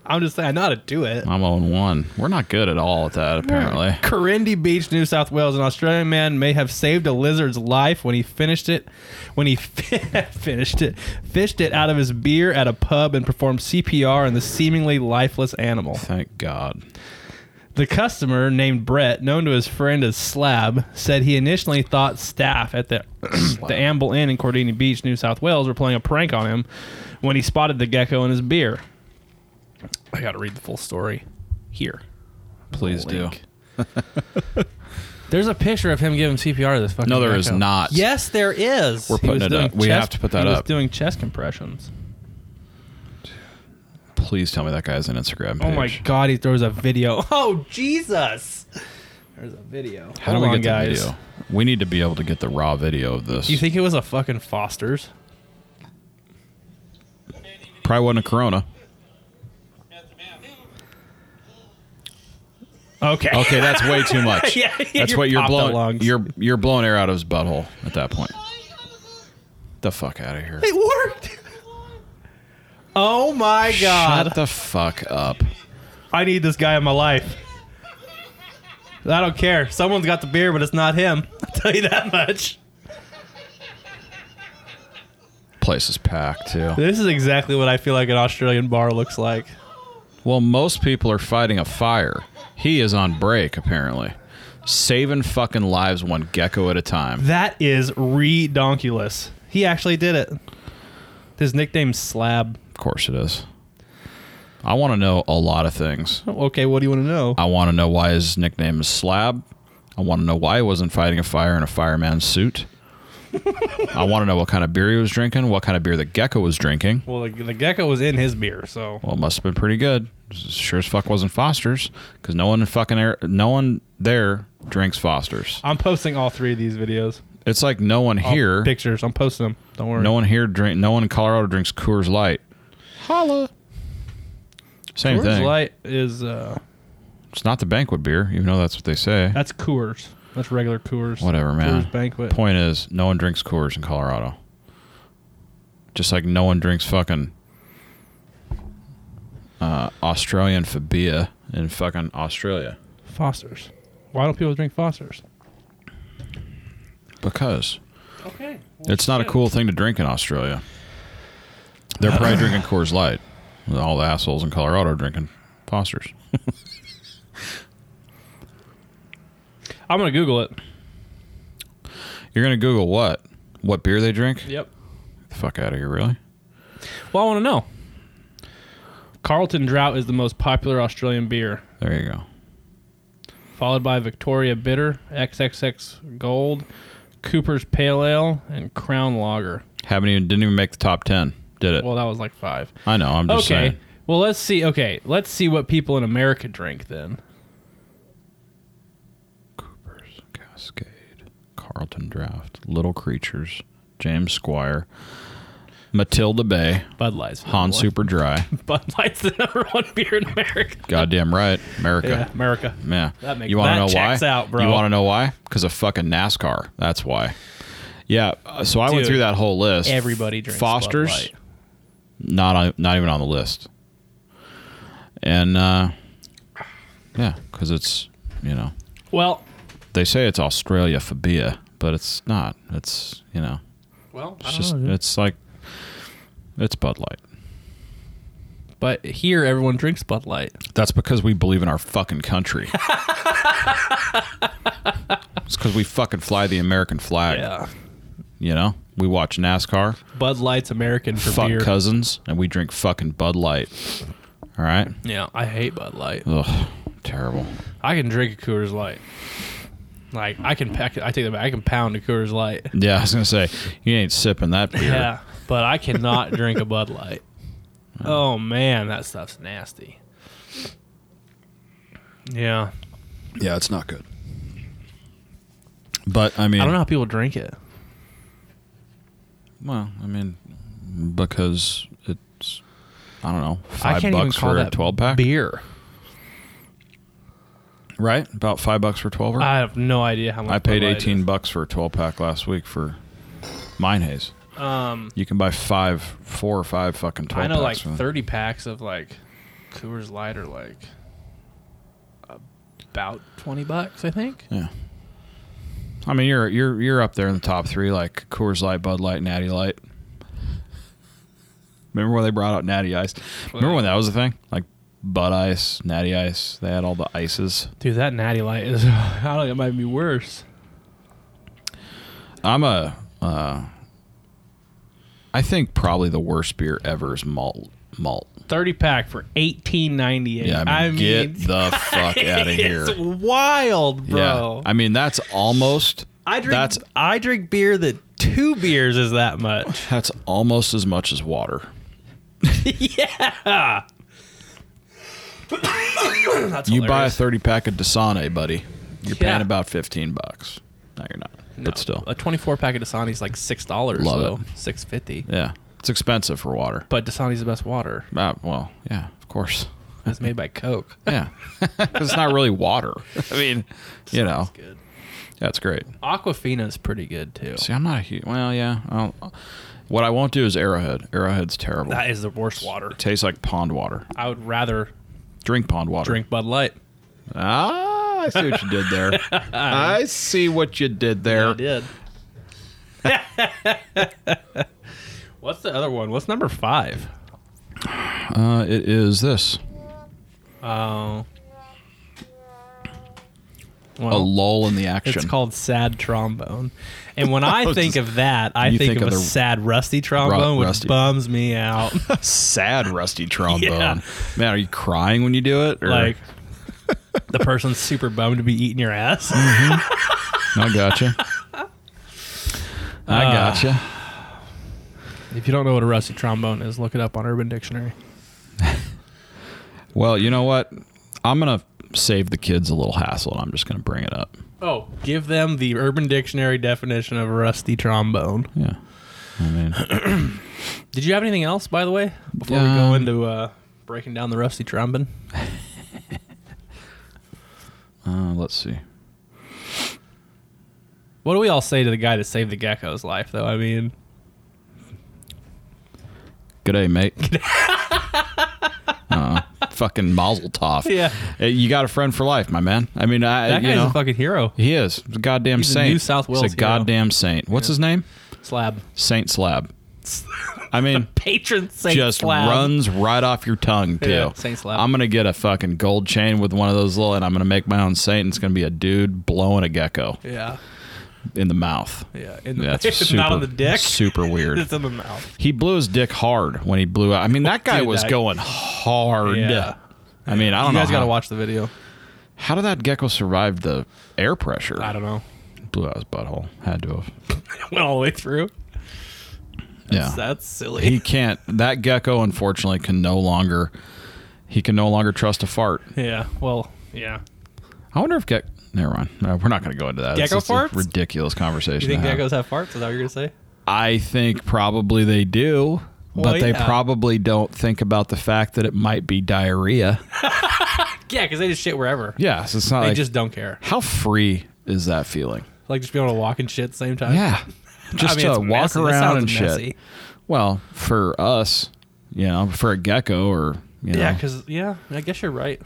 Speaker 2: I'm just saying, I know how to do it.
Speaker 3: I'm 0 and 1. We're not good at all at that, apparently.
Speaker 2: Corindi Beach, New South Wales, an Australian man may have saved a lizard's life when he finished it, when he finished it, fished it out of his beer at a pub and performed CPR on the seemingly lifeless animal.
Speaker 3: Thank God.
Speaker 2: The customer, named Brett, known to his friend as Slab, said he initially thought staff at the, the Amble Inn in Cordini Beach, New South Wales, were playing a prank on him when he spotted the gecko in his beer. I got to read the full story here.
Speaker 3: Please do.
Speaker 2: Link. There's a picture of him giving CPR to this fucking
Speaker 3: No, there
Speaker 2: gecko.
Speaker 3: is not.
Speaker 2: Yes, there is. We're
Speaker 3: putting it up. We have to put that
Speaker 2: he was
Speaker 3: up.
Speaker 2: doing chest compressions.
Speaker 3: Please tell me that guy's an Instagram page.
Speaker 2: Oh my god, he throws a video. Oh Jesus! There's a video.
Speaker 3: How
Speaker 2: Hold
Speaker 3: do we
Speaker 2: on,
Speaker 3: get the
Speaker 2: guys.
Speaker 3: video? We need to be able to get the raw video of this.
Speaker 2: You think it was a fucking Foster's?
Speaker 3: Probably wasn't a Corona.
Speaker 2: Okay.
Speaker 3: Okay, that's way too much.
Speaker 2: Yeah,
Speaker 3: that's
Speaker 2: you
Speaker 3: what you're
Speaker 2: popped the
Speaker 3: blowing.
Speaker 2: lungs.
Speaker 3: You're you're blowing air out of his butthole at that point. The fuck out of here!
Speaker 2: It worked. Oh my god!
Speaker 3: Shut the fuck up.
Speaker 2: I need this guy in my life. I don't care. Someone's got the beer, but it's not him. I'll tell you that much.
Speaker 3: Place is packed too.
Speaker 2: This is exactly what I feel like an Australian bar looks like.
Speaker 3: Well, most people are fighting a fire. He is on break apparently, saving fucking lives one gecko at a time.
Speaker 2: That is redonkulous. He actually did it. His nickname's Slab.
Speaker 3: Of course it is. I want to know a lot of things.
Speaker 2: Oh, Okay, what do you want to know?
Speaker 3: I want to know why his nickname is Slab. I want to know why he wasn't fighting a fire in a fireman's suit. I want to know what kind of beer he was drinking, what kind of beer the gecko was drinking.
Speaker 2: Well, the, the gecko was in his beer, so
Speaker 3: Well, it must have been pretty good. Sure as fuck wasn't Foster's because no one in fucking air, no one there drinks Foster's.
Speaker 2: I'm posting all three of these videos.
Speaker 3: It's like no one
Speaker 2: All
Speaker 3: here,
Speaker 2: pictures. I'm posting them. Don't worry.
Speaker 3: no one here drink, no one in Colorado drinks Coors Light.
Speaker 2: holla.
Speaker 3: Same
Speaker 2: Coors
Speaker 3: thing.
Speaker 2: Light is uh,
Speaker 3: It's not the banquet beer, even though that's what they say.
Speaker 2: that's Coors. That's regular Coors.
Speaker 3: Whatever, man.
Speaker 2: Coors Banquet.
Speaker 3: Point is, no one drinks Coors in Colorado. Just like no one drinks fucking uh, Australian Fabia in fucking Australia.
Speaker 2: Fosters. Why don't people drink Fosters?
Speaker 3: Because
Speaker 2: Okay.
Speaker 3: it's not a cool thing to drink in Australia. They're probably drinking Coors Light. All the assholes in Colorado are drinking Fosters.
Speaker 2: I'm gonna Google it.
Speaker 3: You're going to Google what? What beer they drink?
Speaker 2: Yep.
Speaker 3: The fuck out of here, really?
Speaker 2: Well, I want to know. Carlton Drought is the most popular Australian beer,
Speaker 3: There you go.
Speaker 2: followed by Victoria Bitter, XXX Gold, Cooper's Pale Ale, and Crown Lager.
Speaker 3: Haven't even, didn't even make the top 10, did it?
Speaker 2: Well, that was like five.
Speaker 3: I know, I'm just
Speaker 2: okay.
Speaker 3: saying.
Speaker 2: Well, let's see. Okay, let's see what people in America drink then.
Speaker 3: Coopers, Cascade, Carlton Draft, Little Creatures, James Squire, Matilda Bay,
Speaker 2: Bud Light's the
Speaker 3: Han
Speaker 2: number one.
Speaker 3: Super Dry.
Speaker 2: Bud Light's the number one beer in America.
Speaker 3: Goddamn right, America.
Speaker 2: Yeah, America.
Speaker 3: Yeah.
Speaker 2: That makes-
Speaker 3: you want
Speaker 2: that
Speaker 3: to know
Speaker 2: checks
Speaker 3: why?
Speaker 2: out, bro.
Speaker 3: You want to know why? Because of fucking NASCAR. That's why. Yeah. uh, So I went
Speaker 2: Dude,
Speaker 3: through that whole list.
Speaker 2: Everybody drinks Bud
Speaker 3: Foster's.
Speaker 2: Light.
Speaker 3: Not on, not even on the list. And uh, yeah, because it's you know
Speaker 2: Well,
Speaker 3: they say it's Australia phobia, but it's not. It's you know
Speaker 2: well,
Speaker 3: It's just it's like it's Bud Light.
Speaker 2: but here everyone drinks Bud Light.
Speaker 3: That's because we believe in our fucking country. it's because we fucking fly the American flag. You know, we watch NASCAR,
Speaker 2: Bud Light's American for
Speaker 3: fuck
Speaker 2: beer.
Speaker 3: cousins, and we drink fucking Bud Light. All right.
Speaker 2: Yeah, I hate Bud Light.
Speaker 3: Ugh, terrible.
Speaker 2: I can drink a Coors Light. Like I can pack. I take that back. I can pound a Coors Light.
Speaker 3: Yeah, I was gonna say you ain't sipping that beer.
Speaker 2: Yeah, but I cannot drink a Bud Light. Oh man, that stuff's nasty. Yeah.
Speaker 5: Yeah, it's not good. But I mean,
Speaker 2: I don't know how people drink it.
Speaker 3: Well, I mean, because it's I don't know five
Speaker 2: I can't even
Speaker 3: bucks
Speaker 2: call
Speaker 3: for a
Speaker 2: that
Speaker 3: twelve pack,
Speaker 2: beer.
Speaker 3: right? About five bucks for twelve.
Speaker 2: I have no idea how much.
Speaker 3: I paid
Speaker 2: Bud Light
Speaker 3: eighteen
Speaker 2: is.
Speaker 3: bucks for a twelve pack last week for mine haze.
Speaker 2: Um,
Speaker 3: You can buy five, four or five fucking twelve.
Speaker 2: I know like
Speaker 3: packs for-
Speaker 2: thirty packs of like Coors Light are like about twenty bucks, I think.
Speaker 3: Yeah. I mean, you're you're you're up there in the top three, like Coors Light, Bud Light, Natty Light. Remember when they brought out Natty Ice? Remember when that was a thing? Like Bud Ice, Natty Ice. They had all the ices.
Speaker 2: Dude, that Natty Light is. I don't know, it might be worse.
Speaker 3: I'm a. Uh, I think probably the worst beer ever is malt. Malt.
Speaker 2: Thirty pack for eighteen ninety eight.
Speaker 3: Yeah, I mean, get the fuck out of here.
Speaker 2: It's wild, bro.
Speaker 3: I mean, that's almost.
Speaker 2: I drink.
Speaker 3: That's
Speaker 2: I drink beer that two beers is that much.
Speaker 3: that's almost as much as water.
Speaker 2: yeah. That's
Speaker 3: You buy a
Speaker 2: hilarious.
Speaker 3: thirty pack of Dasani, buddy. You're
Speaker 2: Yeah.
Speaker 3: paying about fifteen bucks. No, you're not. But still,
Speaker 2: a twenty four pack of Dasani is like six dollars.
Speaker 3: Love
Speaker 2: so
Speaker 3: it.
Speaker 2: Six fifty.
Speaker 3: yeah, it's expensive for water.
Speaker 2: But Dasani's the best water.
Speaker 3: Uh, well, yeah, of course.
Speaker 2: It's made by Coke.
Speaker 3: Yeah, 'Cause it's not really water. I mean, you know,
Speaker 2: Good.
Speaker 3: that's great.
Speaker 2: Aquafina is pretty good too.
Speaker 3: See, I'm not a huge. Well, yeah. I don't, what I won't do is Arrowhead. Arrowhead's terrible.
Speaker 2: That is the worst water.
Speaker 3: it tastes like pond water.
Speaker 2: I would rather
Speaker 3: Drink pond water.
Speaker 2: drink Bud Light.
Speaker 3: Ah, I see what you did there. I see what you did there.
Speaker 2: did. What's the other one? What's number five?
Speaker 3: Uh, it is this
Speaker 2: Oh.
Speaker 3: a
Speaker 2: Well,
Speaker 3: lull in the action.
Speaker 2: it's called sad trombone, and when I think
Speaker 3: Just-
Speaker 2: of that, I
Speaker 3: You
Speaker 2: Oh, think,
Speaker 3: think
Speaker 2: of,
Speaker 3: of
Speaker 2: a
Speaker 3: the-
Speaker 2: sad rusty trombone, which
Speaker 3: rusty.
Speaker 2: bums me out.
Speaker 3: sad rusty trombone.
Speaker 2: Yeah.
Speaker 3: Man, are you crying when you do it? Or?
Speaker 2: like the person's super bummed to be eating your ass.
Speaker 3: I gotcha.
Speaker 2: Uh.
Speaker 3: I gotcha.
Speaker 2: if you don't know what a rusty trombone is, look it up on Urban Dictionary.
Speaker 3: Well, you know what? I'm gonna save the kids a little hassle, and I'm just gonna bring it up.
Speaker 2: Oh, give them the Urban Dictionary definition of a rusty trombone.
Speaker 3: Yeah. I mean,
Speaker 2: Did you have anything else, by the way, before we go
Speaker 3: Um,
Speaker 2: into uh, breaking down the rusty trombone?
Speaker 3: uh, let's see.
Speaker 2: What do we all say to the guy that saved the gecko's life, though? I mean,
Speaker 3: G'day, mate. uh, fucking Mazel Tov.
Speaker 2: Yeah.
Speaker 3: Uh, You got a friend for life, my man. I mean, I
Speaker 2: that
Speaker 3: you
Speaker 2: guy's
Speaker 3: know
Speaker 2: a fucking hero.
Speaker 3: he is He's a goddamn
Speaker 2: He's a
Speaker 3: saint.
Speaker 2: new South Wales
Speaker 3: He's
Speaker 2: hero.
Speaker 3: a goddamn saint. What's his name?
Speaker 2: Slab.
Speaker 3: Saint Slab. I mean,
Speaker 2: Patron saint
Speaker 3: just
Speaker 2: slab.
Speaker 3: runs right off your tongue too.
Speaker 2: Yeah, Saint Slab.
Speaker 3: I'm gonna get a fucking gold chain with one of those little, and I'm gonna make my own saint. And it's gonna be a dude blowing a gecko
Speaker 2: Yeah.
Speaker 3: in the mouth.
Speaker 2: Yeah. In the,
Speaker 3: That's
Speaker 2: it's
Speaker 3: super,
Speaker 2: not on the dick.
Speaker 3: Super weird.
Speaker 2: It's in the mouth.
Speaker 3: he blew his dick hard when he blew out. I mean, that guy
Speaker 2: Dude,
Speaker 3: was
Speaker 2: that-
Speaker 3: going hard.
Speaker 2: Yeah.
Speaker 3: I mean, I don't
Speaker 2: You
Speaker 3: know.
Speaker 2: guys got
Speaker 3: how,
Speaker 2: to watch the video.
Speaker 3: How did that gecko survive the air pressure?
Speaker 2: I don't know.
Speaker 3: Blew out his butthole. Had to have.
Speaker 2: Went all the way through.
Speaker 3: Yeah.
Speaker 2: That's silly.
Speaker 3: he can't. That gecko, unfortunately, can no longer. He can no longer trust a fart.
Speaker 2: yeah. Well. Yeah.
Speaker 3: I wonder if Gek. Never mind. No, we're not going to go into that. It's
Speaker 2: Gecko
Speaker 3: just a
Speaker 2: farts?
Speaker 3: ridiculous
Speaker 2: You
Speaker 3: conversation.
Speaker 2: think
Speaker 3: to have.
Speaker 2: geckos have farts? Is that what you're gonna say?
Speaker 3: I think probably they do,
Speaker 2: Well,
Speaker 3: but they
Speaker 2: yeah.
Speaker 3: probably don't think about the fact that it might be diarrhea.
Speaker 2: Yeah, because they just shit wherever.
Speaker 3: yeah, so it's not
Speaker 2: They
Speaker 3: like
Speaker 2: just don't care.
Speaker 3: how free is that feeling?
Speaker 2: Like just being able to walk and shit at the same time.
Speaker 3: Yeah, just
Speaker 2: I mean, it's
Speaker 3: to walk
Speaker 2: messy. That
Speaker 3: around
Speaker 2: sounds
Speaker 3: and
Speaker 2: messy.
Speaker 3: shit. Well, for us, you know, for a gecko or you know,
Speaker 2: Yeah, because yeah, I guess you're right.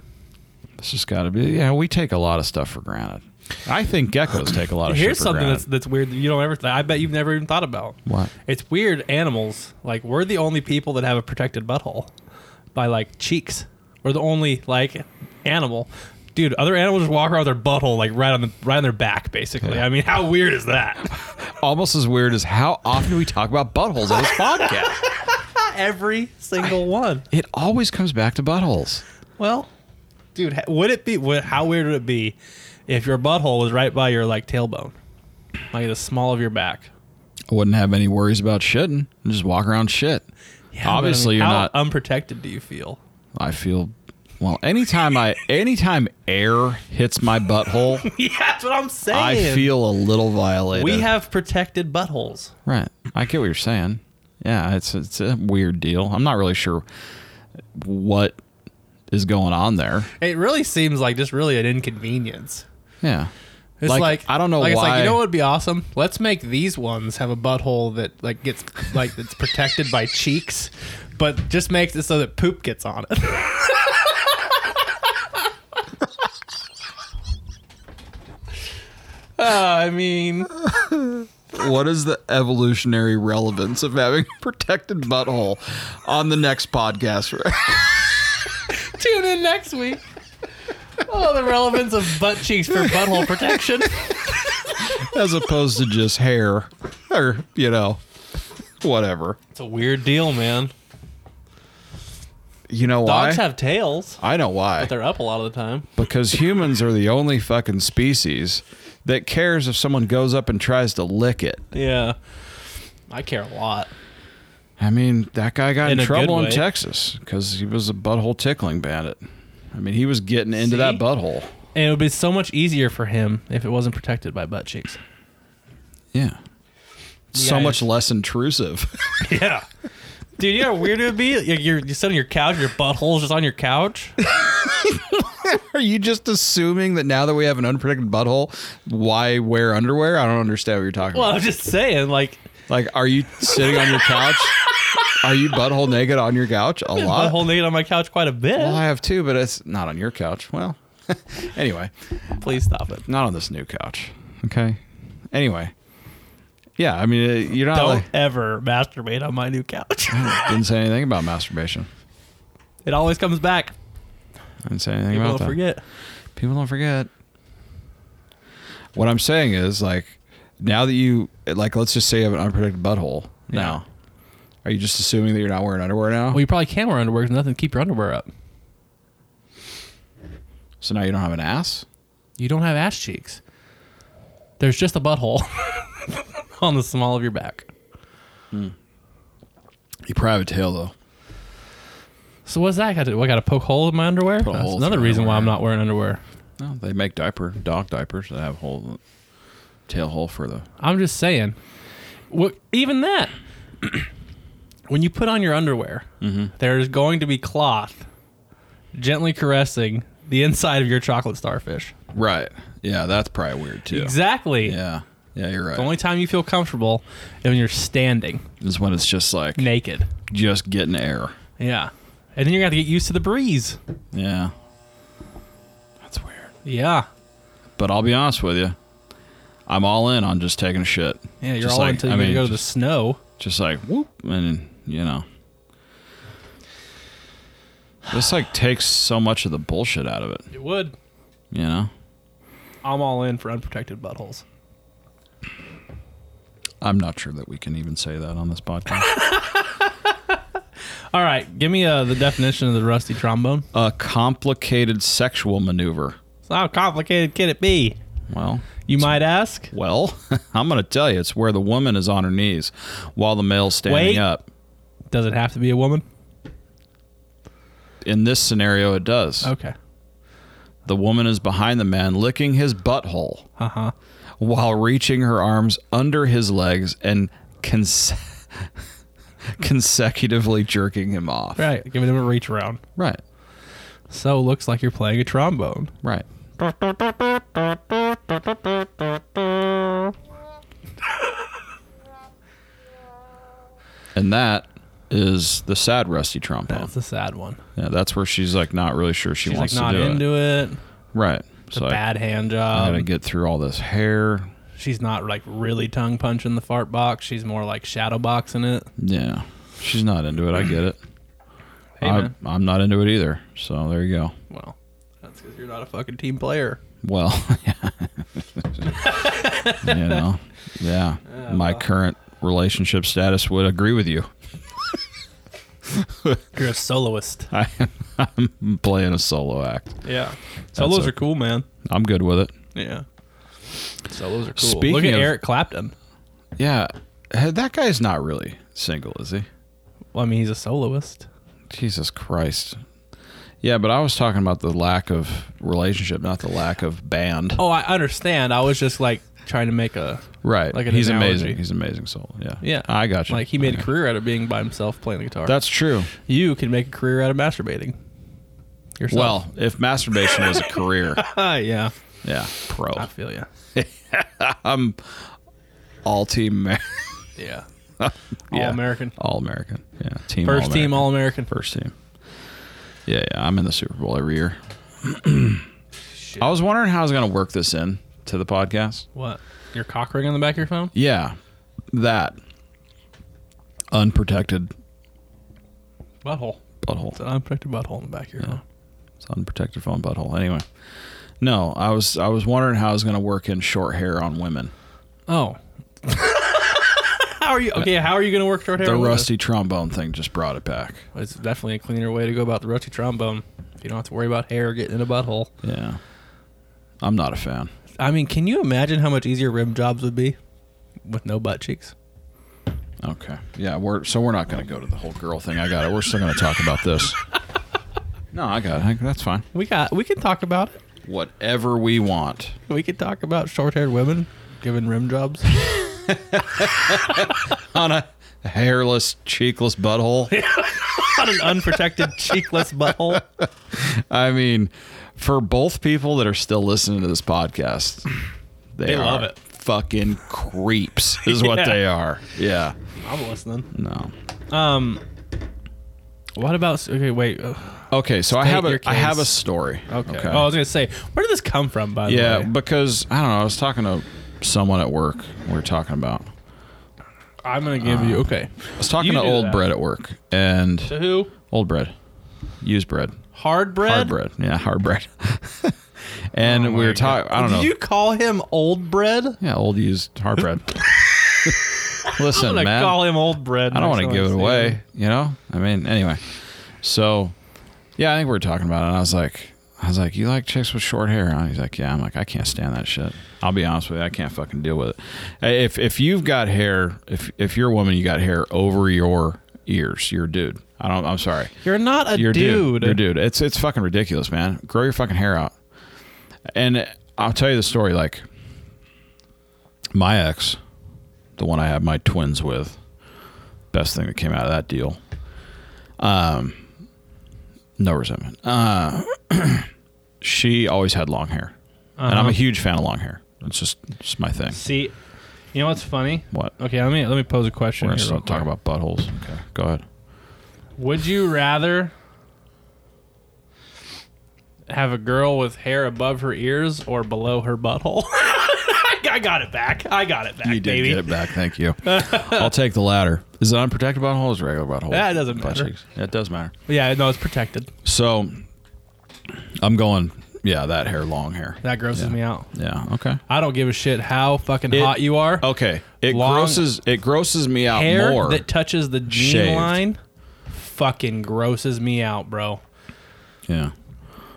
Speaker 3: it's just got to be. Yeah, we take a lot of stuff for granted. I think geckos take a lot of
Speaker 2: Here's
Speaker 3: shit for
Speaker 2: something that's
Speaker 3: granted.
Speaker 2: that's weird. That you don't ever. Th- I bet you've never even thought about.
Speaker 3: What?
Speaker 2: It's weird. Animals like we're the only people that have a protected butthole by like cheeks. We're the only like animal. Dude, other animals just walk around with their butthole like right on the right on their back, basically. I mean, how weird is that?
Speaker 3: almost as weird as how often we talk about buttholes on this podcast.
Speaker 2: Every single one.
Speaker 3: It always comes back to buttholes.
Speaker 2: Well, dude, ha- would it be? Would, how weird would it be if your butthole was right by your like tailbone, like the small of your back?
Speaker 3: I wouldn't have any worries about shitting. I Just walk around shit.
Speaker 2: Yeah, but I
Speaker 3: Obviously,
Speaker 2: mean,
Speaker 3: you're
Speaker 2: how
Speaker 3: not.
Speaker 2: unprotected. Do you feel?
Speaker 3: I feel Well, anytime I anytime air hits my butthole,
Speaker 2: yeah, that's what I'm saying.
Speaker 3: I feel a little violated.
Speaker 2: we have protected buttholes.
Speaker 3: right. I get what you're saying. Yeah, it's it's a weird deal. I'm not really sure what is going on there.
Speaker 2: It really seems like just really an inconvenience.
Speaker 3: Yeah.
Speaker 2: It's
Speaker 3: Like,
Speaker 2: like,
Speaker 3: I don't know
Speaker 2: like, It's like
Speaker 3: why-
Speaker 2: you know what would be awesome? Let's make these ones have a butthole that like gets like that's protected by cheeks, but just makes it so that poop gets on it. Uh, I mean,
Speaker 3: What is the evolutionary relevance of having a protected butthole on the next podcast?
Speaker 2: tune in next week. Oh, the relevance of butt cheeks for butthole protection.
Speaker 3: As opposed to just hair or, you know, whatever.
Speaker 2: It's a weird deal, man.
Speaker 3: You know why?
Speaker 2: Dogs have tails.
Speaker 3: I know why.
Speaker 2: They're up a lot of the time.
Speaker 3: because humans are the only fucking species that cares if someone goes up and tries to lick it.
Speaker 2: Yeah. I care a lot.
Speaker 3: I mean, that guy got in,
Speaker 2: In a
Speaker 3: trouble
Speaker 2: good
Speaker 3: in
Speaker 2: way.
Speaker 3: Texas because he was a butthole tickling bandit. I mean, he was getting into
Speaker 2: See?
Speaker 3: that butthole.
Speaker 2: And it would be so much easier for him if it wasn't protected by butt cheeks.
Speaker 3: Yeah. So
Speaker 2: Yeah,
Speaker 3: much less intrusive.
Speaker 2: Yeah. Dude, you know how weird it would be? You're, you're, you sit on your couch, your butthole's just on your couch.
Speaker 3: Are you just assuming that now that we have an unprotected butthole, why wear underwear? I don't understand what you're talking
Speaker 2: Well,
Speaker 3: about.
Speaker 2: I'm just saying, like,
Speaker 3: Like, are you sitting on your couch? Are you butthole naked on your couch? A lot.
Speaker 2: butthole naked on my couch quite a bit.
Speaker 3: Well, I have two, but it's not on your couch. Well, anyway,
Speaker 2: Please stop it.
Speaker 3: not on this new couch. Okay. Anyway. Yeah, I mean, uh, you're not.
Speaker 2: Don't
Speaker 3: like-
Speaker 2: ever masturbate on my new couch.
Speaker 3: didn't say anything about masturbation.
Speaker 2: it always comes back.
Speaker 3: I didn't say anything
Speaker 2: People
Speaker 3: about
Speaker 2: don't
Speaker 3: that.
Speaker 2: forget.
Speaker 3: People don't forget. What I'm saying is, like, now that you, like, let's just say you have an unprotected butthole. Now, are you just assuming that you're not wearing underwear now?
Speaker 2: Well, you probably can wear underwear because nothing to keep your underwear up.
Speaker 3: so now you don't have an ass?
Speaker 2: You don't have ass cheeks. There's just a butthole on the small of your back.
Speaker 3: You probably have a tail, though.
Speaker 2: So what's that got to do? I got to poke hole in my underwear?
Speaker 3: Put a
Speaker 2: That's
Speaker 3: hole
Speaker 2: another
Speaker 3: through
Speaker 2: reason why I'm
Speaker 3: underwear.
Speaker 2: not wearing underwear.
Speaker 3: No, they make diaper, dog diapers that have hole, tail hole for the.
Speaker 2: I'm just saying. What, even that, when you put on your underwear,
Speaker 3: Mm-hmm.
Speaker 2: there's going to be cloth gently caressing the inside of your chocolate starfish.
Speaker 3: Right. Yeah, that's probably weird, too.
Speaker 2: Exactly.
Speaker 3: Yeah. Yeah, you're right.
Speaker 2: The only time you feel comfortable is when you're standing
Speaker 3: is when it's just like
Speaker 2: naked.
Speaker 3: just getting air.
Speaker 2: Yeah. And then you're going to have to get used to the breeze.
Speaker 3: Yeah. That's weird.
Speaker 2: Yeah.
Speaker 3: But I'll be honest with you, I'm all in on just taking a shit.
Speaker 2: Yeah, you're
Speaker 3: Just
Speaker 2: all
Speaker 3: like-
Speaker 2: until
Speaker 3: I
Speaker 2: you
Speaker 3: mean,
Speaker 2: go to the
Speaker 3: just,
Speaker 2: snow.
Speaker 3: just like whoop, and you know, this like takes so much of the bullshit out of it.
Speaker 2: It would.
Speaker 3: You know,
Speaker 2: I'm all in for unprotected buttholes.
Speaker 3: I'm not sure that we can even say that on this podcast.
Speaker 2: All right, give me uh, the definition of the rusty trombone.
Speaker 3: a complicated sexual maneuver.
Speaker 2: So how complicated can it be?
Speaker 3: Well,
Speaker 2: You might ask.
Speaker 3: well, I'm gonna tell you, it's where the woman is on her knees while the male's standing
Speaker 2: Wait.
Speaker 3: up.
Speaker 2: Does it have to be a woman?
Speaker 3: In this scenario, it does.
Speaker 2: Okay.
Speaker 3: The woman is behind the man, licking his butthole
Speaker 2: Uh huh.
Speaker 3: while reaching her arms under his legs and cons- consecutively jerking him off.
Speaker 2: Right. Giving him a reach around.
Speaker 3: right,
Speaker 2: So it looks like you're playing a trombone.
Speaker 3: right. and that is the sad rusty trombone.
Speaker 2: That's a sad one.
Speaker 3: yeah, that's where she's like not really sure she
Speaker 2: She's like
Speaker 3: wants
Speaker 2: not
Speaker 3: to do it.
Speaker 2: into it.
Speaker 3: Right.
Speaker 2: It's a
Speaker 3: like,
Speaker 2: bad hand
Speaker 3: I gotta
Speaker 2: job.
Speaker 3: get through all this hair.
Speaker 2: She's not like really tongue punching the fart box. She's more like shadow boxing it.
Speaker 3: Yeah, she's not into it. I get it.
Speaker 2: Hey,
Speaker 3: I'm,
Speaker 2: man.
Speaker 3: I'm not into it either. So there you go.
Speaker 2: Well, that's because you're not a fucking team player.
Speaker 3: Well, you know, yeah.
Speaker 2: Oh,
Speaker 3: My current relationship status would agree with you.
Speaker 2: You're a soloist.
Speaker 3: I, I'm playing a solo act.
Speaker 2: Yeah. Solos
Speaker 3: a-
Speaker 2: are cool, man.
Speaker 3: I'm good with it.
Speaker 2: Yeah. Solos are cool.
Speaker 3: Speaking
Speaker 2: Look at
Speaker 3: of-
Speaker 2: Eric Clapton.
Speaker 3: Yeah, Hey, that guy's not really single, is he?
Speaker 2: Well, I mean, he's a soloist.
Speaker 3: Jesus Christ. Yeah, but I was talking about the lack of relationship, not the lack of band.
Speaker 2: Oh, I understand. I was just like trying to make a
Speaker 3: right.
Speaker 2: like an
Speaker 3: he's
Speaker 2: analogy.
Speaker 3: amazing. He's an amazing soul. Yeah.
Speaker 2: yeah.
Speaker 3: I got you.
Speaker 2: Like he made a
Speaker 3: Okay.
Speaker 2: career out of being by himself playing the guitar.
Speaker 3: That's true.
Speaker 2: you can make a career out of masturbating. Yourself.
Speaker 3: Well, if masturbation was a career,
Speaker 2: Well, yeah,
Speaker 3: yeah, pro.
Speaker 2: I feel you.
Speaker 3: All team, Amer-
Speaker 2: Yeah,
Speaker 3: Yeah.
Speaker 2: all American,
Speaker 3: all American. Yeah, team.
Speaker 2: first team All American.
Speaker 3: First team. Yeah, yeah. I'm in the Super Bowl every year. I was wondering how I was going to work this in to the podcast.
Speaker 2: What? Your cock ring on the back of your phone?
Speaker 3: Yeah, that unprotected
Speaker 2: Butthole.
Speaker 3: butthole.
Speaker 2: It's an unprotected butthole in the back of your phone.
Speaker 3: It's unprotected phone butthole. Anyway, no, I was I was wondering how I was going to work in short hair on women.
Speaker 2: Oh. how are you? Okay, how are you going to work short hair?
Speaker 3: The
Speaker 2: with
Speaker 3: rusty trombone thing just brought it back.
Speaker 2: this? It's definitely a cleaner way to go about the rusty trombone. If you don't have to worry about hair getting in a butthole.
Speaker 3: Yeah, I'm not a fan.
Speaker 2: I mean, can you imagine how much easier rim jobs would be with no butt cheeks?
Speaker 3: Okay. Yeah, we're so we're not going to go to the whole girl thing. I got it. We're still going to talk about this. No, I got it. That's fine.
Speaker 2: We got. We can talk about it.
Speaker 3: Whatever we want.
Speaker 2: We can talk about short-haired women giving rim jobs.
Speaker 3: On a hairless, cheekless butthole.
Speaker 2: Not an unprotected cheekless butthole.
Speaker 3: I mean, for both people that are still listening to this podcast, they,
Speaker 2: They love
Speaker 3: are
Speaker 2: it.
Speaker 3: Fucking creeps is what
Speaker 2: Yeah.
Speaker 3: they are. Yeah.
Speaker 2: I'm listening.
Speaker 3: No.
Speaker 2: Um, What about? Okay, wait. Ugh,
Speaker 3: Okay, so I
Speaker 2: State
Speaker 3: have
Speaker 2: your
Speaker 3: a I have a
Speaker 2: case.
Speaker 3: story.
Speaker 2: Okay. Oh, I was gonna say, where did this come from? By the
Speaker 3: yeah,
Speaker 2: way,
Speaker 3: because I don't know. I was talking to someone at work. We were talking about.
Speaker 2: I'm gonna give you. Okay.
Speaker 3: I was talking
Speaker 2: You
Speaker 3: to
Speaker 2: do
Speaker 3: old
Speaker 2: that.
Speaker 3: Brett at work, and
Speaker 2: Uh, To who?
Speaker 3: Old bread. Used bread.
Speaker 2: Hard bread. Oh
Speaker 3: Hard bread. Yeah, hard bread. and we were talking, I don't know.
Speaker 2: Did you call him old bread? I'm
Speaker 3: yeah, old used hard bread. Listen,
Speaker 2: gonna
Speaker 3: man.
Speaker 2: call him old bread.
Speaker 3: I don't want to
Speaker 2: next
Speaker 3: give
Speaker 2: time
Speaker 3: it
Speaker 2: I see
Speaker 3: away,
Speaker 2: him.
Speaker 3: you know? I mean, anyway. So, yeah, I think we were talking about it. And I was like, I was like, you like chicks with short hair? Huh? He's like, yeah. I'm like, I can't stand that shit. I'll be honest with you. I can't fucking deal with it. Hey, If, if you've got hair, if, if you're a woman, you got hair over your ears, you're a dude. I don't, I'm sorry.
Speaker 2: You're not a
Speaker 3: You're a
Speaker 2: dude.
Speaker 3: dude. You're a dude. It's it's fucking ridiculous, man. Grow your fucking hair out. And I'll tell you the story. Like my ex, the one I have my twins with, best thing that came out of that deal. Um, no resentment. Uh, she always had long hair, and
Speaker 2: Uh-huh.
Speaker 3: I'm a huge fan of long hair. It's just it's my thing.
Speaker 2: See, you know what's funny?
Speaker 3: What?
Speaker 2: Okay, let me let me pose a question.
Speaker 3: We're gonna
Speaker 2: here real
Speaker 3: start talking
Speaker 2: quick.
Speaker 3: about buttholes. Okay, go ahead.
Speaker 2: Would you rather have a girl with hair above her ears or below her butthole? I got it back. I got it back,
Speaker 3: You did
Speaker 2: baby.
Speaker 3: get it back. Thank you. I'll take the latter. Is it unprotected butthole or is it regular butthole?
Speaker 2: That doesn't matter.
Speaker 3: It does matter.
Speaker 2: Yeah, no, it's protected.
Speaker 3: So I'm going, yeah, that hair, long hair.
Speaker 2: That grosses me out.
Speaker 3: Yeah, okay.
Speaker 2: I don't give a shit how fucking
Speaker 3: It-
Speaker 2: hot you are.
Speaker 3: Okay. It
Speaker 2: Long
Speaker 3: grosses it grosses me out
Speaker 2: hair
Speaker 3: more.
Speaker 2: that touches the gene
Speaker 3: shaved.
Speaker 2: line fucking grosses me out, bro.
Speaker 3: yeah.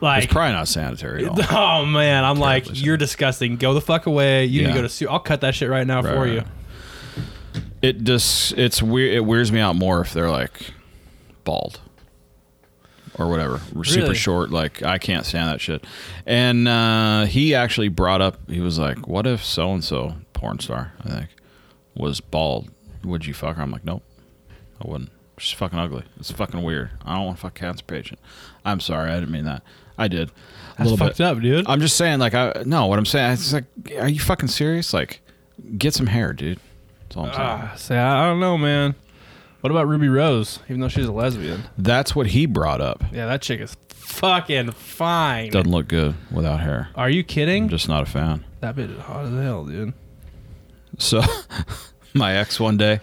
Speaker 2: Like,
Speaker 3: It's probably not sanitary at all.
Speaker 2: oh man, I'm like,
Speaker 3: Terribly
Speaker 2: you're disgusting. Go the fuck away. You need
Speaker 3: Yeah.
Speaker 2: to go to suit. I'll cut that shit right now
Speaker 3: Right,
Speaker 2: for
Speaker 3: right.
Speaker 2: you.
Speaker 3: It just it's weird it wears me out more if they're like bald. Or whatever. Super
Speaker 2: Really?
Speaker 3: short, like I can't stand that shit. And uh he actually brought up he was like, What if so and so porn star, I think, was bald? Would you fuck her? I'm like, Nope. I wouldn't. She's fucking ugly. It's fucking weird. I don't want to fuck cancer patient. I'm sorry, I didn't mean that. I did. A
Speaker 2: That's fucked up, dude.
Speaker 3: I'm just saying, like, I no. What I'm saying, it's like, are you fucking serious? Like, get some hair, dude. That's all I'm saying.
Speaker 2: Ah, say, I I don't know, man. What about Ruby Rose? Even though she's a lesbian,
Speaker 3: That's what he brought up.
Speaker 2: yeah, that chick is fucking fine.
Speaker 3: Doesn't look good without hair.
Speaker 2: Are you kidding?
Speaker 3: I'm just not a fan.
Speaker 2: that bitch is hot as hell, dude.
Speaker 3: So, my ex one day.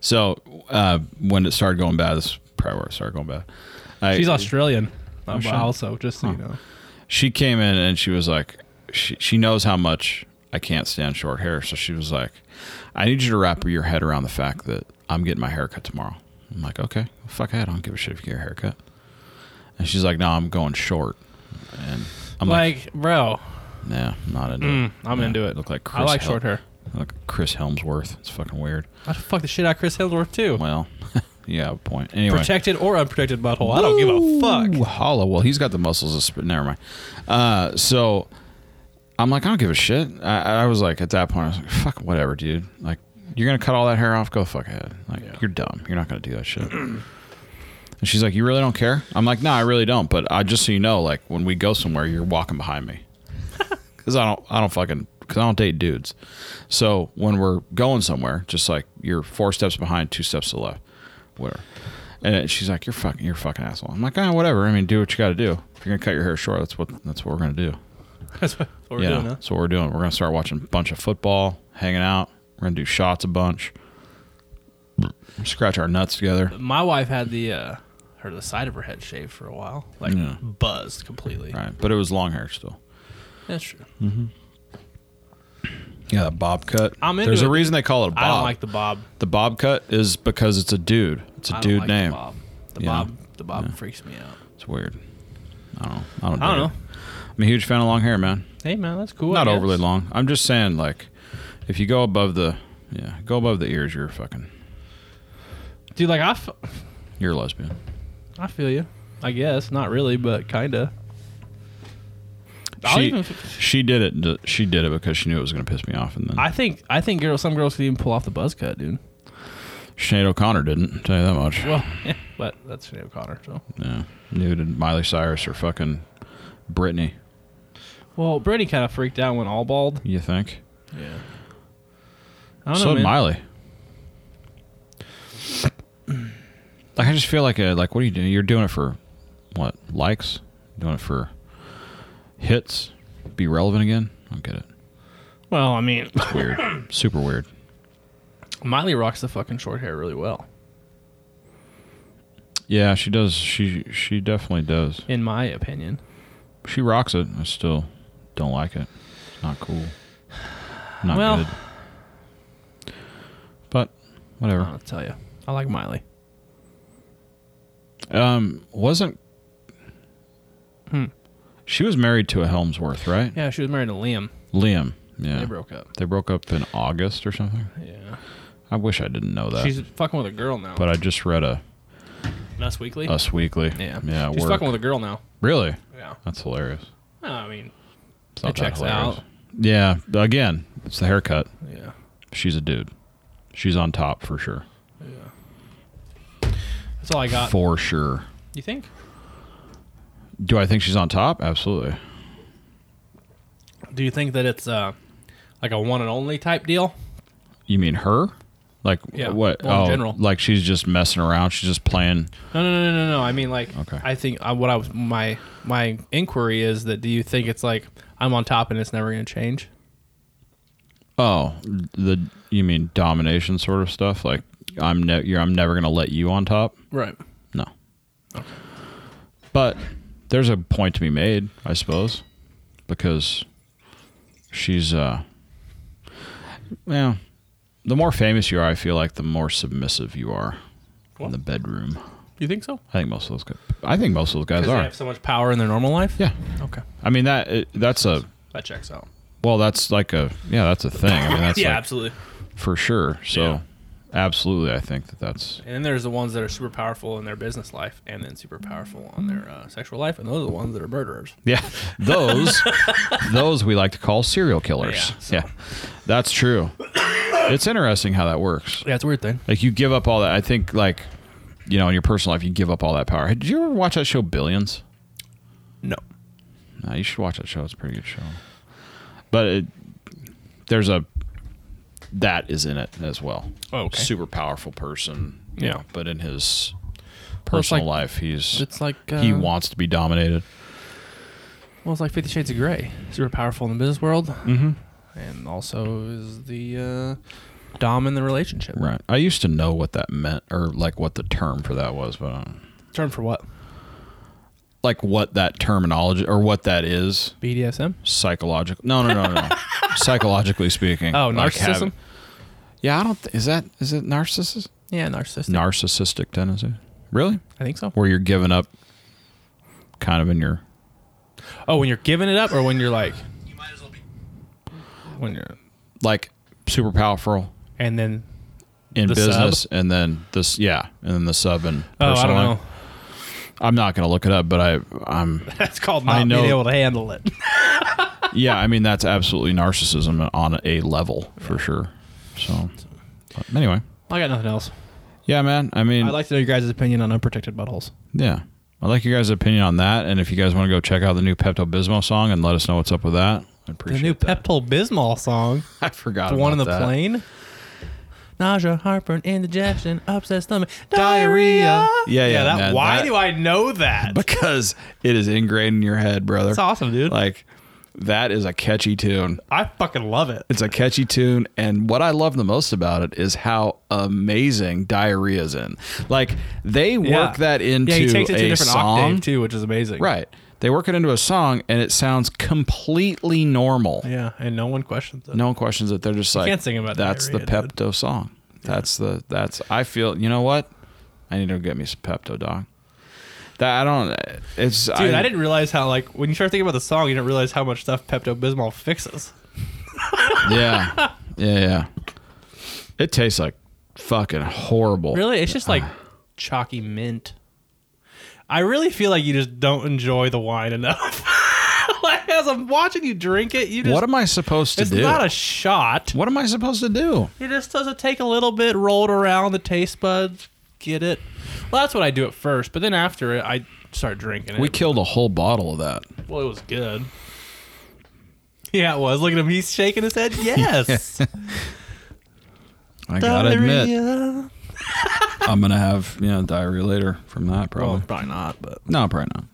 Speaker 3: So, uh, when it started going bad, this is probably where it started going bad. I,
Speaker 2: She's Australian, uh, but
Speaker 3: sure.
Speaker 2: also just so you know.
Speaker 3: she came in and she was like, she, she knows how much I can't stand short hair. So she was like, I need you to wrap your head around the fact that I'm getting my hair cut tomorrow. I'm like, okay, well, fuck ahead. I don't give a shit if you get your hair cut. And she's like, no, I'm going short. And I'm like,
Speaker 2: Like, bro, hmm,
Speaker 3: nah, I'm not into it.
Speaker 2: Mm, I'm
Speaker 3: Yeah,
Speaker 2: into it.
Speaker 3: Look like Chris
Speaker 2: I like
Speaker 3: Hel-
Speaker 2: short hair.
Speaker 3: I look like Chris Helmsworth. It's fucking weird.
Speaker 2: I fuck the shit out of Chris Hemsworth too.
Speaker 3: Well, you have a point. Anyway,
Speaker 2: Protected or unprotected butthole. I don't give a fuck.
Speaker 3: Ooh, Holla. Well, he's got the muscles. Of sp- Never mind. Uh, so I'm like, I don't give a shit. I, I was like, at that point, I was like, fuck, whatever, dude. Like, you're gonna cut all that hair off. Go fuck ahead. Like, you're dumb. You're not gonna do that shit. and she's like, you really don't care. I'm like, no, I really don't. But I just so you know, like, when we go somewhere, you're walking behind me because I don't, I don't fucking, because I don't date dudes. So when we're going somewhere, just like you're four steps behind, two steps to the left, whatever. And she's like, "You're fucking, you're a fucking asshole." I'm like, "Ah, whatever. I mean, do what you got to do. If you're gonna cut your hair short, that's what that's what we're gonna do.
Speaker 2: That's what we're
Speaker 3: you
Speaker 2: doing. Huh?
Speaker 3: know, that's what we're doing. We're gonna start watching a bunch of football, hanging out. We're gonna do shots a bunch, scratch our nuts together.
Speaker 2: My wife had the uh, her the side of her head shaved for a while, like
Speaker 3: Yeah.
Speaker 2: buzzed completely.
Speaker 3: Right, but it was long hair still.
Speaker 2: That's true.
Speaker 3: Yeah, that bob cut.
Speaker 2: I'm into
Speaker 3: There's
Speaker 2: it.
Speaker 3: a reason they call it a bob.
Speaker 2: I don't like the bob.
Speaker 3: the bob cut is because it's a dude. It's a
Speaker 2: I don't
Speaker 3: dude
Speaker 2: like
Speaker 3: name.
Speaker 2: The bob. The
Speaker 3: Yeah.
Speaker 2: bob. The bob freaks me out.
Speaker 3: It's weird. I don't. Know. I don't.
Speaker 2: I don't
Speaker 3: dig it. I'm a huge fan of long hair, man.
Speaker 2: Hey man, that's cool. I
Speaker 3: Not
Speaker 2: guess.
Speaker 3: overly long. I'm just saying, like, if you go above the, yeah, go above the ears, you're fucking,
Speaker 2: dude. Like I, f-
Speaker 3: you're a lesbian.
Speaker 2: I feel you. I guess not really, but kinda. I'll
Speaker 3: She,
Speaker 2: even-
Speaker 3: she did it. d- She did it because she knew it was going to piss me off, and then
Speaker 2: I think I think girls, some girls could even pull off the buzz cut, dude.
Speaker 3: Sinead O'Connor didn't tell you that much.
Speaker 2: Well, yeah, but that's Sinead O'Connor. So,
Speaker 3: yeah, neither did Miley Cyrus or fucking Britney.
Speaker 2: well, Brittany kind of freaked out when all bald.
Speaker 3: You think?
Speaker 2: Yeah. I don't
Speaker 3: So
Speaker 2: know,
Speaker 3: did
Speaker 2: man.
Speaker 3: Miley. Like I just feel like a like what are you doing? You're doing it for what likes? Doing it for hits? Be relevant again? I don't get it.
Speaker 2: Well, I mean,
Speaker 3: It's weird. Super weird.
Speaker 2: Miley rocks the fucking short hair really well,
Speaker 3: Yeah, she does. She she definitely does.
Speaker 2: in my opinion.
Speaker 3: She rocks it. I still don't like it. It's not cool. Not
Speaker 2: Well-
Speaker 3: good. But whatever.
Speaker 2: I'll tell you, I like Miley.
Speaker 3: Um, wasn't. She was married to a Helmsworth, right?
Speaker 2: Hmm. Yeah, she was married to Liam.
Speaker 3: Liam. Yeah.
Speaker 2: They broke up.
Speaker 3: They broke up in August or something.
Speaker 2: Yeah,
Speaker 3: I wish I didn't know that.
Speaker 2: she's fucking with a girl now.
Speaker 3: but I just read a
Speaker 2: Us Weekly.
Speaker 3: Us Weekly.
Speaker 2: Yeah,
Speaker 3: Yeah.
Speaker 2: She's
Speaker 3: work.
Speaker 2: fucking with a girl now.
Speaker 3: really?
Speaker 2: Yeah.
Speaker 3: That's hilarious.
Speaker 2: Well, I mean,
Speaker 3: It's not
Speaker 2: It
Speaker 3: that
Speaker 2: checks
Speaker 3: hilarious.
Speaker 2: out.
Speaker 3: Yeah. but Again, it's the haircut.
Speaker 2: yeah.
Speaker 3: She's a dude. She's on top for sure.
Speaker 2: That's all I got.
Speaker 3: For sure.
Speaker 2: You think?
Speaker 3: Do I think she's on top? Absolutely.
Speaker 2: Do you think that it's uh, like a one and only type deal?
Speaker 3: You mean her? Like
Speaker 2: Yeah,
Speaker 3: what?
Speaker 2: well, in
Speaker 3: oh,
Speaker 2: general.
Speaker 3: like she's just messing around. She's just playing.
Speaker 2: No, no, no, no, no, no. I mean, like,
Speaker 3: Okay.
Speaker 2: I think uh, what I was my my inquiry is that do you think it's like I'm on top and it's never going to change?
Speaker 3: Oh, the you mean domination sort of stuff? Like I'm ne- you're, I'm never gonna let you on top.
Speaker 2: Right.
Speaker 3: No. But there's a point to be made, I suppose, because she's uh well, the more famous you are, I feel like the more submissive you are in the bedroom.
Speaker 2: You think so?
Speaker 3: I think most of those guys. I think most of those guys
Speaker 2: Because they
Speaker 3: are.
Speaker 2: have so much power in their normal life.
Speaker 3: Yeah.
Speaker 2: Okay.
Speaker 3: I mean that it, that's a
Speaker 2: That checks out.
Speaker 3: well, that's like a yeah, that's a thing. I mean that's
Speaker 2: yeah,
Speaker 3: like,
Speaker 2: absolutely.
Speaker 3: for sure. So
Speaker 2: Yeah.
Speaker 3: absolutely, I think that that's
Speaker 2: And then there's the ones that are super powerful in their business life, and then super powerful on their uh, sexual life, and those are the ones that are murderers.
Speaker 3: Yeah, those those we like to call serial killers.
Speaker 2: Yeah,
Speaker 3: Yeah,
Speaker 2: so-
Speaker 3: that's true. It's interesting how that works.
Speaker 2: Yeah, it's a weird thing.
Speaker 3: Like you give up all that. I think like you know in your personal life you give up all that power. Hey, Did you ever watch that show Billions?
Speaker 2: No.
Speaker 3: No, you should watch that show. It's a pretty good show. But it, there's a that is in it as well.
Speaker 2: Oh, okay.
Speaker 3: super powerful person. you
Speaker 2: Yeah.
Speaker 3: know, but in his
Speaker 2: Well, it's
Speaker 3: personal
Speaker 2: like-
Speaker 3: life, he's
Speaker 2: It's like uh,
Speaker 3: he wants to be dominated.
Speaker 2: Well, it's like Fifty Shades of Grey. Super powerful in the business world, mm-hmm. and also is the uh, dom in the relationship.
Speaker 3: Right. I used to know what that meant or like what the term for that was, but I don't
Speaker 2: Term for what?
Speaker 3: like what that terminology or what that is
Speaker 2: BDSM.
Speaker 3: psychological. No, no, no, no. Psychologically speaking.
Speaker 2: Oh,
Speaker 3: Like,
Speaker 2: narcissism.
Speaker 3: have- yeah, I don't. Th- is that is it narcissist?
Speaker 2: yeah, narcissistic.
Speaker 3: Narcissistic tendency. Really?
Speaker 2: I think so.
Speaker 3: Where you're giving up, kind of in your.
Speaker 2: Oh, when you're giving it up, or when you're like, when you're,
Speaker 3: like super powerful
Speaker 2: and then
Speaker 3: in
Speaker 2: The sub?
Speaker 3: business, and then this, yeah, and then the sub and
Speaker 2: Oh, I
Speaker 3: personal.
Speaker 2: don't know.
Speaker 3: I'm not gonna look it up, but I, I'm,
Speaker 2: That's called
Speaker 3: I
Speaker 2: not being
Speaker 3: know-
Speaker 2: able to handle it.
Speaker 3: yeah, I mean that's absolutely narcissism on a level for sure. So, but anyway,
Speaker 2: I got nothing else.
Speaker 3: yeah, man. I mean,
Speaker 2: I'd like to know your guys' opinion on unprotected buttholes.
Speaker 3: Yeah. I'd like your guys' opinion on that. And if you guys want to go check out the new Pepto Bismol song and let us know what's up with that, I'd
Speaker 2: The
Speaker 3: appreciate
Speaker 2: new
Speaker 3: that.
Speaker 2: Pepto Bismol song,
Speaker 3: I forgot.
Speaker 2: the one in the
Speaker 3: about that.
Speaker 2: plane. Nausea, heartburn, indigestion, upset stomach, diarrhea.
Speaker 3: Yeah, yeah,
Speaker 2: that,
Speaker 3: man,
Speaker 2: why
Speaker 3: that-
Speaker 2: do I know that?
Speaker 3: Because it is ingrained in your head, brother.
Speaker 2: That's awesome, dude.
Speaker 3: Like, that is a catchy tune.
Speaker 2: I fucking love it.
Speaker 3: It's a catchy tune. And what I love the most about it is how amazing diarrhea's in. Like, they work that into
Speaker 2: yeah, he takes it to
Speaker 3: a,
Speaker 2: a different
Speaker 3: song.
Speaker 2: octave too, which is amazing.
Speaker 3: Right. They work it into a song and it sounds completely normal.
Speaker 2: Yeah, and no one questions it.
Speaker 3: no one questions it. They're just like,
Speaker 2: can't sing about
Speaker 3: that's the
Speaker 2: diarrhea, dude."
Speaker 3: Pepto song. That's the that's. I feel you know what? I need to get me some Pepto, dog. That I don't. It's
Speaker 2: Dude, I, didn't realize how like when you start thinking about the song, you don't realize how much stuff Pepto Bismol fixes.
Speaker 3: Yeah, yeah, yeah. It tastes like fucking horrible.
Speaker 2: Really, it's just like chalky mint. I really feel like you just don't enjoy the wine enough. like as I'm watching you drink it, you just
Speaker 3: what am I supposed to
Speaker 2: it's
Speaker 3: do?
Speaker 2: not a shot.
Speaker 3: what am I supposed to do?
Speaker 2: It just does it take a little bit, roll it around the taste buds, get it. Well, that's what I do at first, but then after it, I start drinking it.
Speaker 3: We killed a whole bottle of that.
Speaker 2: Well, it was good. Yeah, it was. Look at him. He's shaking his head. Yes.
Speaker 3: I gotta admit,
Speaker 2: Diarrhea.
Speaker 3: I'm gonna have you know diarrhea later from that probably.
Speaker 2: Well, probably not, but
Speaker 3: no, probably not.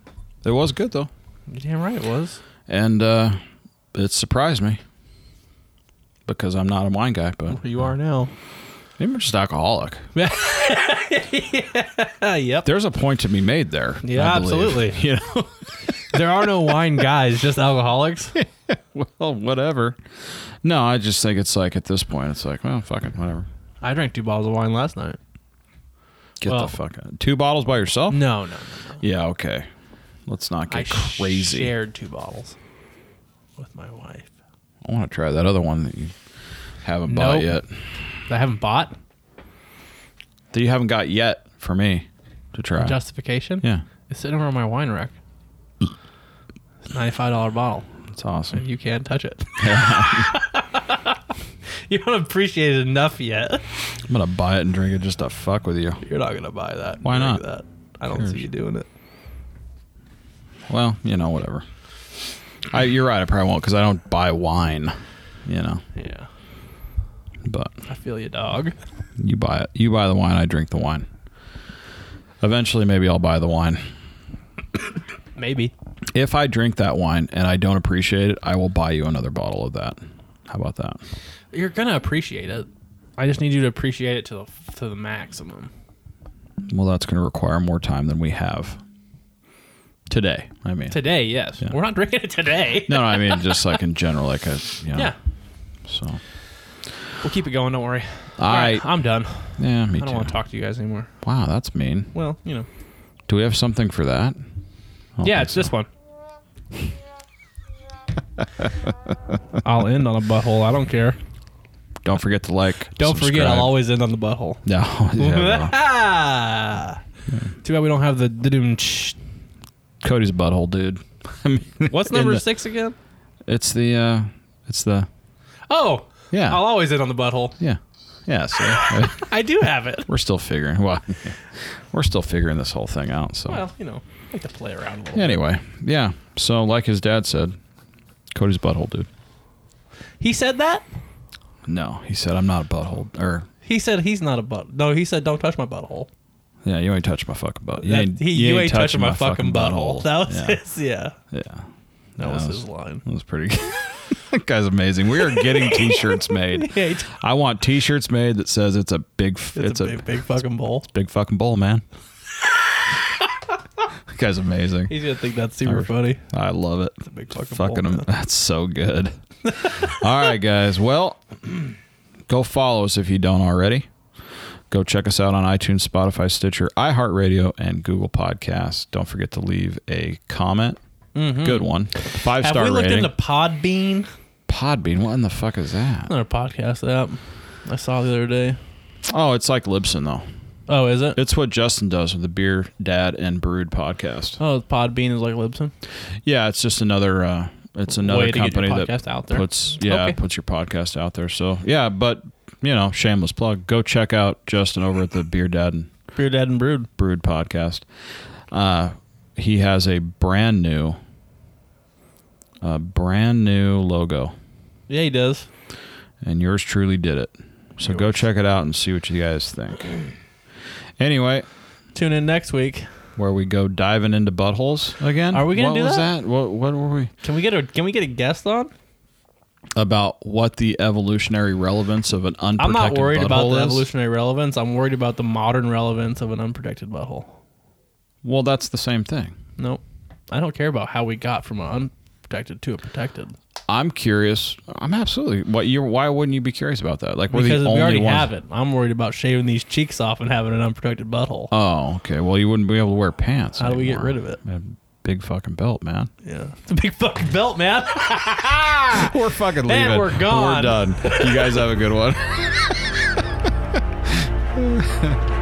Speaker 3: It was good though,
Speaker 2: you're damn right it was.
Speaker 3: and uh, it surprised me because I'm not a wine guy, but
Speaker 2: You are now.
Speaker 3: Maybe I'm just alcoholic.
Speaker 2: Ah, yep.
Speaker 3: There's a point to be made there.
Speaker 2: Yeah,
Speaker 3: I believe.
Speaker 2: absolutely.
Speaker 3: You know,
Speaker 2: There are no wine guys, just alcoholics.
Speaker 3: well, whatever. No, I just think it's like at this point, it's like, well, fuck it, whatever.
Speaker 2: I drank two bottles of wine last night.
Speaker 3: Get
Speaker 2: Well-
Speaker 3: the fuck out. Two bottles by yourself?
Speaker 2: No, no, no. no.
Speaker 3: Yeah, okay. Let's not get
Speaker 2: I
Speaker 3: crazy.
Speaker 2: shared two bottles with my wife.
Speaker 3: I want to try that other one that you haven't bought
Speaker 2: Nope.
Speaker 3: yet.
Speaker 2: I haven't bought
Speaker 3: That you haven't got yet for me to try.
Speaker 2: justification.
Speaker 3: yeah,
Speaker 2: It's sitting over on my wine rack. It's a ninety-five dollar bottle.
Speaker 3: it's awesome.
Speaker 2: You can't touch it. you don't appreciate it enough yet.
Speaker 3: I'm gonna buy it and drink it just to fuck with you.
Speaker 2: You're not gonna buy that.
Speaker 3: Why
Speaker 2: drink
Speaker 3: not?
Speaker 2: That. I don't see
Speaker 3: Cheers.
Speaker 2: you doing it.
Speaker 3: Well, you know, whatever. I, you're right. I probably won't because I don't buy wine. You know,
Speaker 2: Yeah,
Speaker 3: but
Speaker 2: I feel you, dog.
Speaker 3: You buy it. You buy the wine. I drink the wine. Eventually, maybe I'll buy the wine.
Speaker 2: Maybe.
Speaker 3: If I drink that wine and I don't appreciate it, I will buy you another bottle of that. How about that?
Speaker 2: You're gonna appreciate it. I just need you to appreciate it to the to the maximum.
Speaker 3: Well, that's going to require more time than we have today. I mean,
Speaker 2: Today, yes. We're not drinking it today.
Speaker 3: no, no, I mean just like in general, like a you know,
Speaker 2: Yeah.
Speaker 3: So,
Speaker 2: We'll keep it going, don't worry.
Speaker 3: all right.
Speaker 2: I'm done.
Speaker 3: yeah, me
Speaker 2: I don't
Speaker 3: too.
Speaker 2: want to talk to you guys anymore.
Speaker 3: Wow, that's mean.
Speaker 2: Well, you know.
Speaker 3: Do we have something for that? I don't
Speaker 2: Yeah,
Speaker 3: think
Speaker 2: it's this one. I'll end on a butthole. I don't care.
Speaker 3: so. Don't forget to like.
Speaker 2: Don't forget,
Speaker 3: subscribe.
Speaker 2: I'll always end on the butthole.
Speaker 3: No. yeah, no.
Speaker 2: Too bad we don't have the da-doom-tsh.
Speaker 3: Cody's butthole, dude. I mean,
Speaker 2: What's
Speaker 3: in
Speaker 2: number
Speaker 3: the-
Speaker 2: six again?
Speaker 3: It's the uh it's the
Speaker 2: Oh,
Speaker 3: yeah.
Speaker 2: I'll always end on the butthole.
Speaker 3: yeah. Yeah, so
Speaker 2: I do have it.
Speaker 3: we're still figuring well we're still figuring this whole thing out. So
Speaker 2: Well, you know, I like to play around a little. bit.
Speaker 3: anyway, yeah. So like his dad said, Cody's butthole dude.
Speaker 2: He said that.
Speaker 3: No, he said I'm not a butthole or
Speaker 2: He said he's not a butt. No, he said don't touch my butthole.
Speaker 3: yeah, you ain't touching my fucking butt. You,
Speaker 2: That-
Speaker 3: ain't,
Speaker 2: he, you, ain't, touching, my, fucking butthole. That was
Speaker 3: yeah.
Speaker 2: his. Yeah,
Speaker 3: yeah.
Speaker 2: that was his line.
Speaker 3: That was pretty good. that guy's amazing. We are getting t-shirts made.
Speaker 2: Yeah, he t-
Speaker 3: I want t-shirts made that says it's a big f-
Speaker 2: it's, a, big, big fucking bowl.
Speaker 3: big fucking bowl, man. that guy's amazing.
Speaker 2: He's gonna think that's super funny.
Speaker 3: I love it. It's a
Speaker 2: big fucking bowl,
Speaker 3: am-
Speaker 2: man.
Speaker 3: That's so good. All right, guys. Well, go follow us if you don't already. Go check us out on iTunes, Spotify, Stitcher, iHeartRadio, and Google Podcasts. Don't forget to leave a comment. Good one.
Speaker 2: Mm-hmm.
Speaker 3: Five
Speaker 2: Have
Speaker 3: star
Speaker 2: we looked
Speaker 3: rating.
Speaker 2: into Podbean?
Speaker 3: Podbean. What in the fuck is that?
Speaker 2: Another podcast app I saw the other day.
Speaker 3: Oh, it's like Libsyn though.
Speaker 2: Oh, is it?
Speaker 3: It's what Justin does with the Beer Dad and Brewed podcast.
Speaker 2: Oh, Podbean is like Libsyn.
Speaker 3: Yeah, it's just another. Uh, it's another
Speaker 2: Way to get your
Speaker 3: company
Speaker 2: podcast
Speaker 3: that
Speaker 2: out there.
Speaker 3: puts yeah
Speaker 2: Okay.
Speaker 3: puts your podcast out there. So yeah, but you know, shameless plug. Go check out Justin over at the Beer Dad and
Speaker 2: Beer Dad and Brood.
Speaker 3: Brewed podcast. Uh, he has a brand new, a brand new logo,
Speaker 2: Yeah, he does.
Speaker 3: and yours truly did it. So go check it out and see what you guys think. Anyway,
Speaker 2: Tune in next week.
Speaker 3: where we go diving into buttholes again?
Speaker 2: Are we gonna
Speaker 3: what
Speaker 2: do
Speaker 3: was
Speaker 2: that?
Speaker 3: What what were we
Speaker 2: Can we get a Can we get a guest on?
Speaker 3: about? What the evolutionary relevance of an unprotected
Speaker 2: I'm not worried about
Speaker 3: butthole
Speaker 2: the
Speaker 3: is?
Speaker 2: evolutionary relevance. I'm worried about the modern relevance of an unprotected butthole.
Speaker 3: Well, that's the same thing.
Speaker 2: Nope. I don't care about how we got from an unprotected to a protected.
Speaker 3: I'm curious. I'm absolutely. What you? Why wouldn't you be curious about that? Like we're
Speaker 2: Because
Speaker 3: the
Speaker 2: we
Speaker 3: only
Speaker 2: already
Speaker 3: ones.
Speaker 2: have it. I'm worried about shaving these cheeks off and having an unprotected butthole.
Speaker 3: Oh, okay. Well, you wouldn't be able to wear pants.
Speaker 2: How do we get
Speaker 3: anymore.
Speaker 2: rid of it?
Speaker 3: A big fucking belt, man.
Speaker 2: yeah. It's a big fucking belt, man.
Speaker 3: We're fucking leaving.
Speaker 2: leaving. we're gone.
Speaker 3: We're done. You guys have a good one.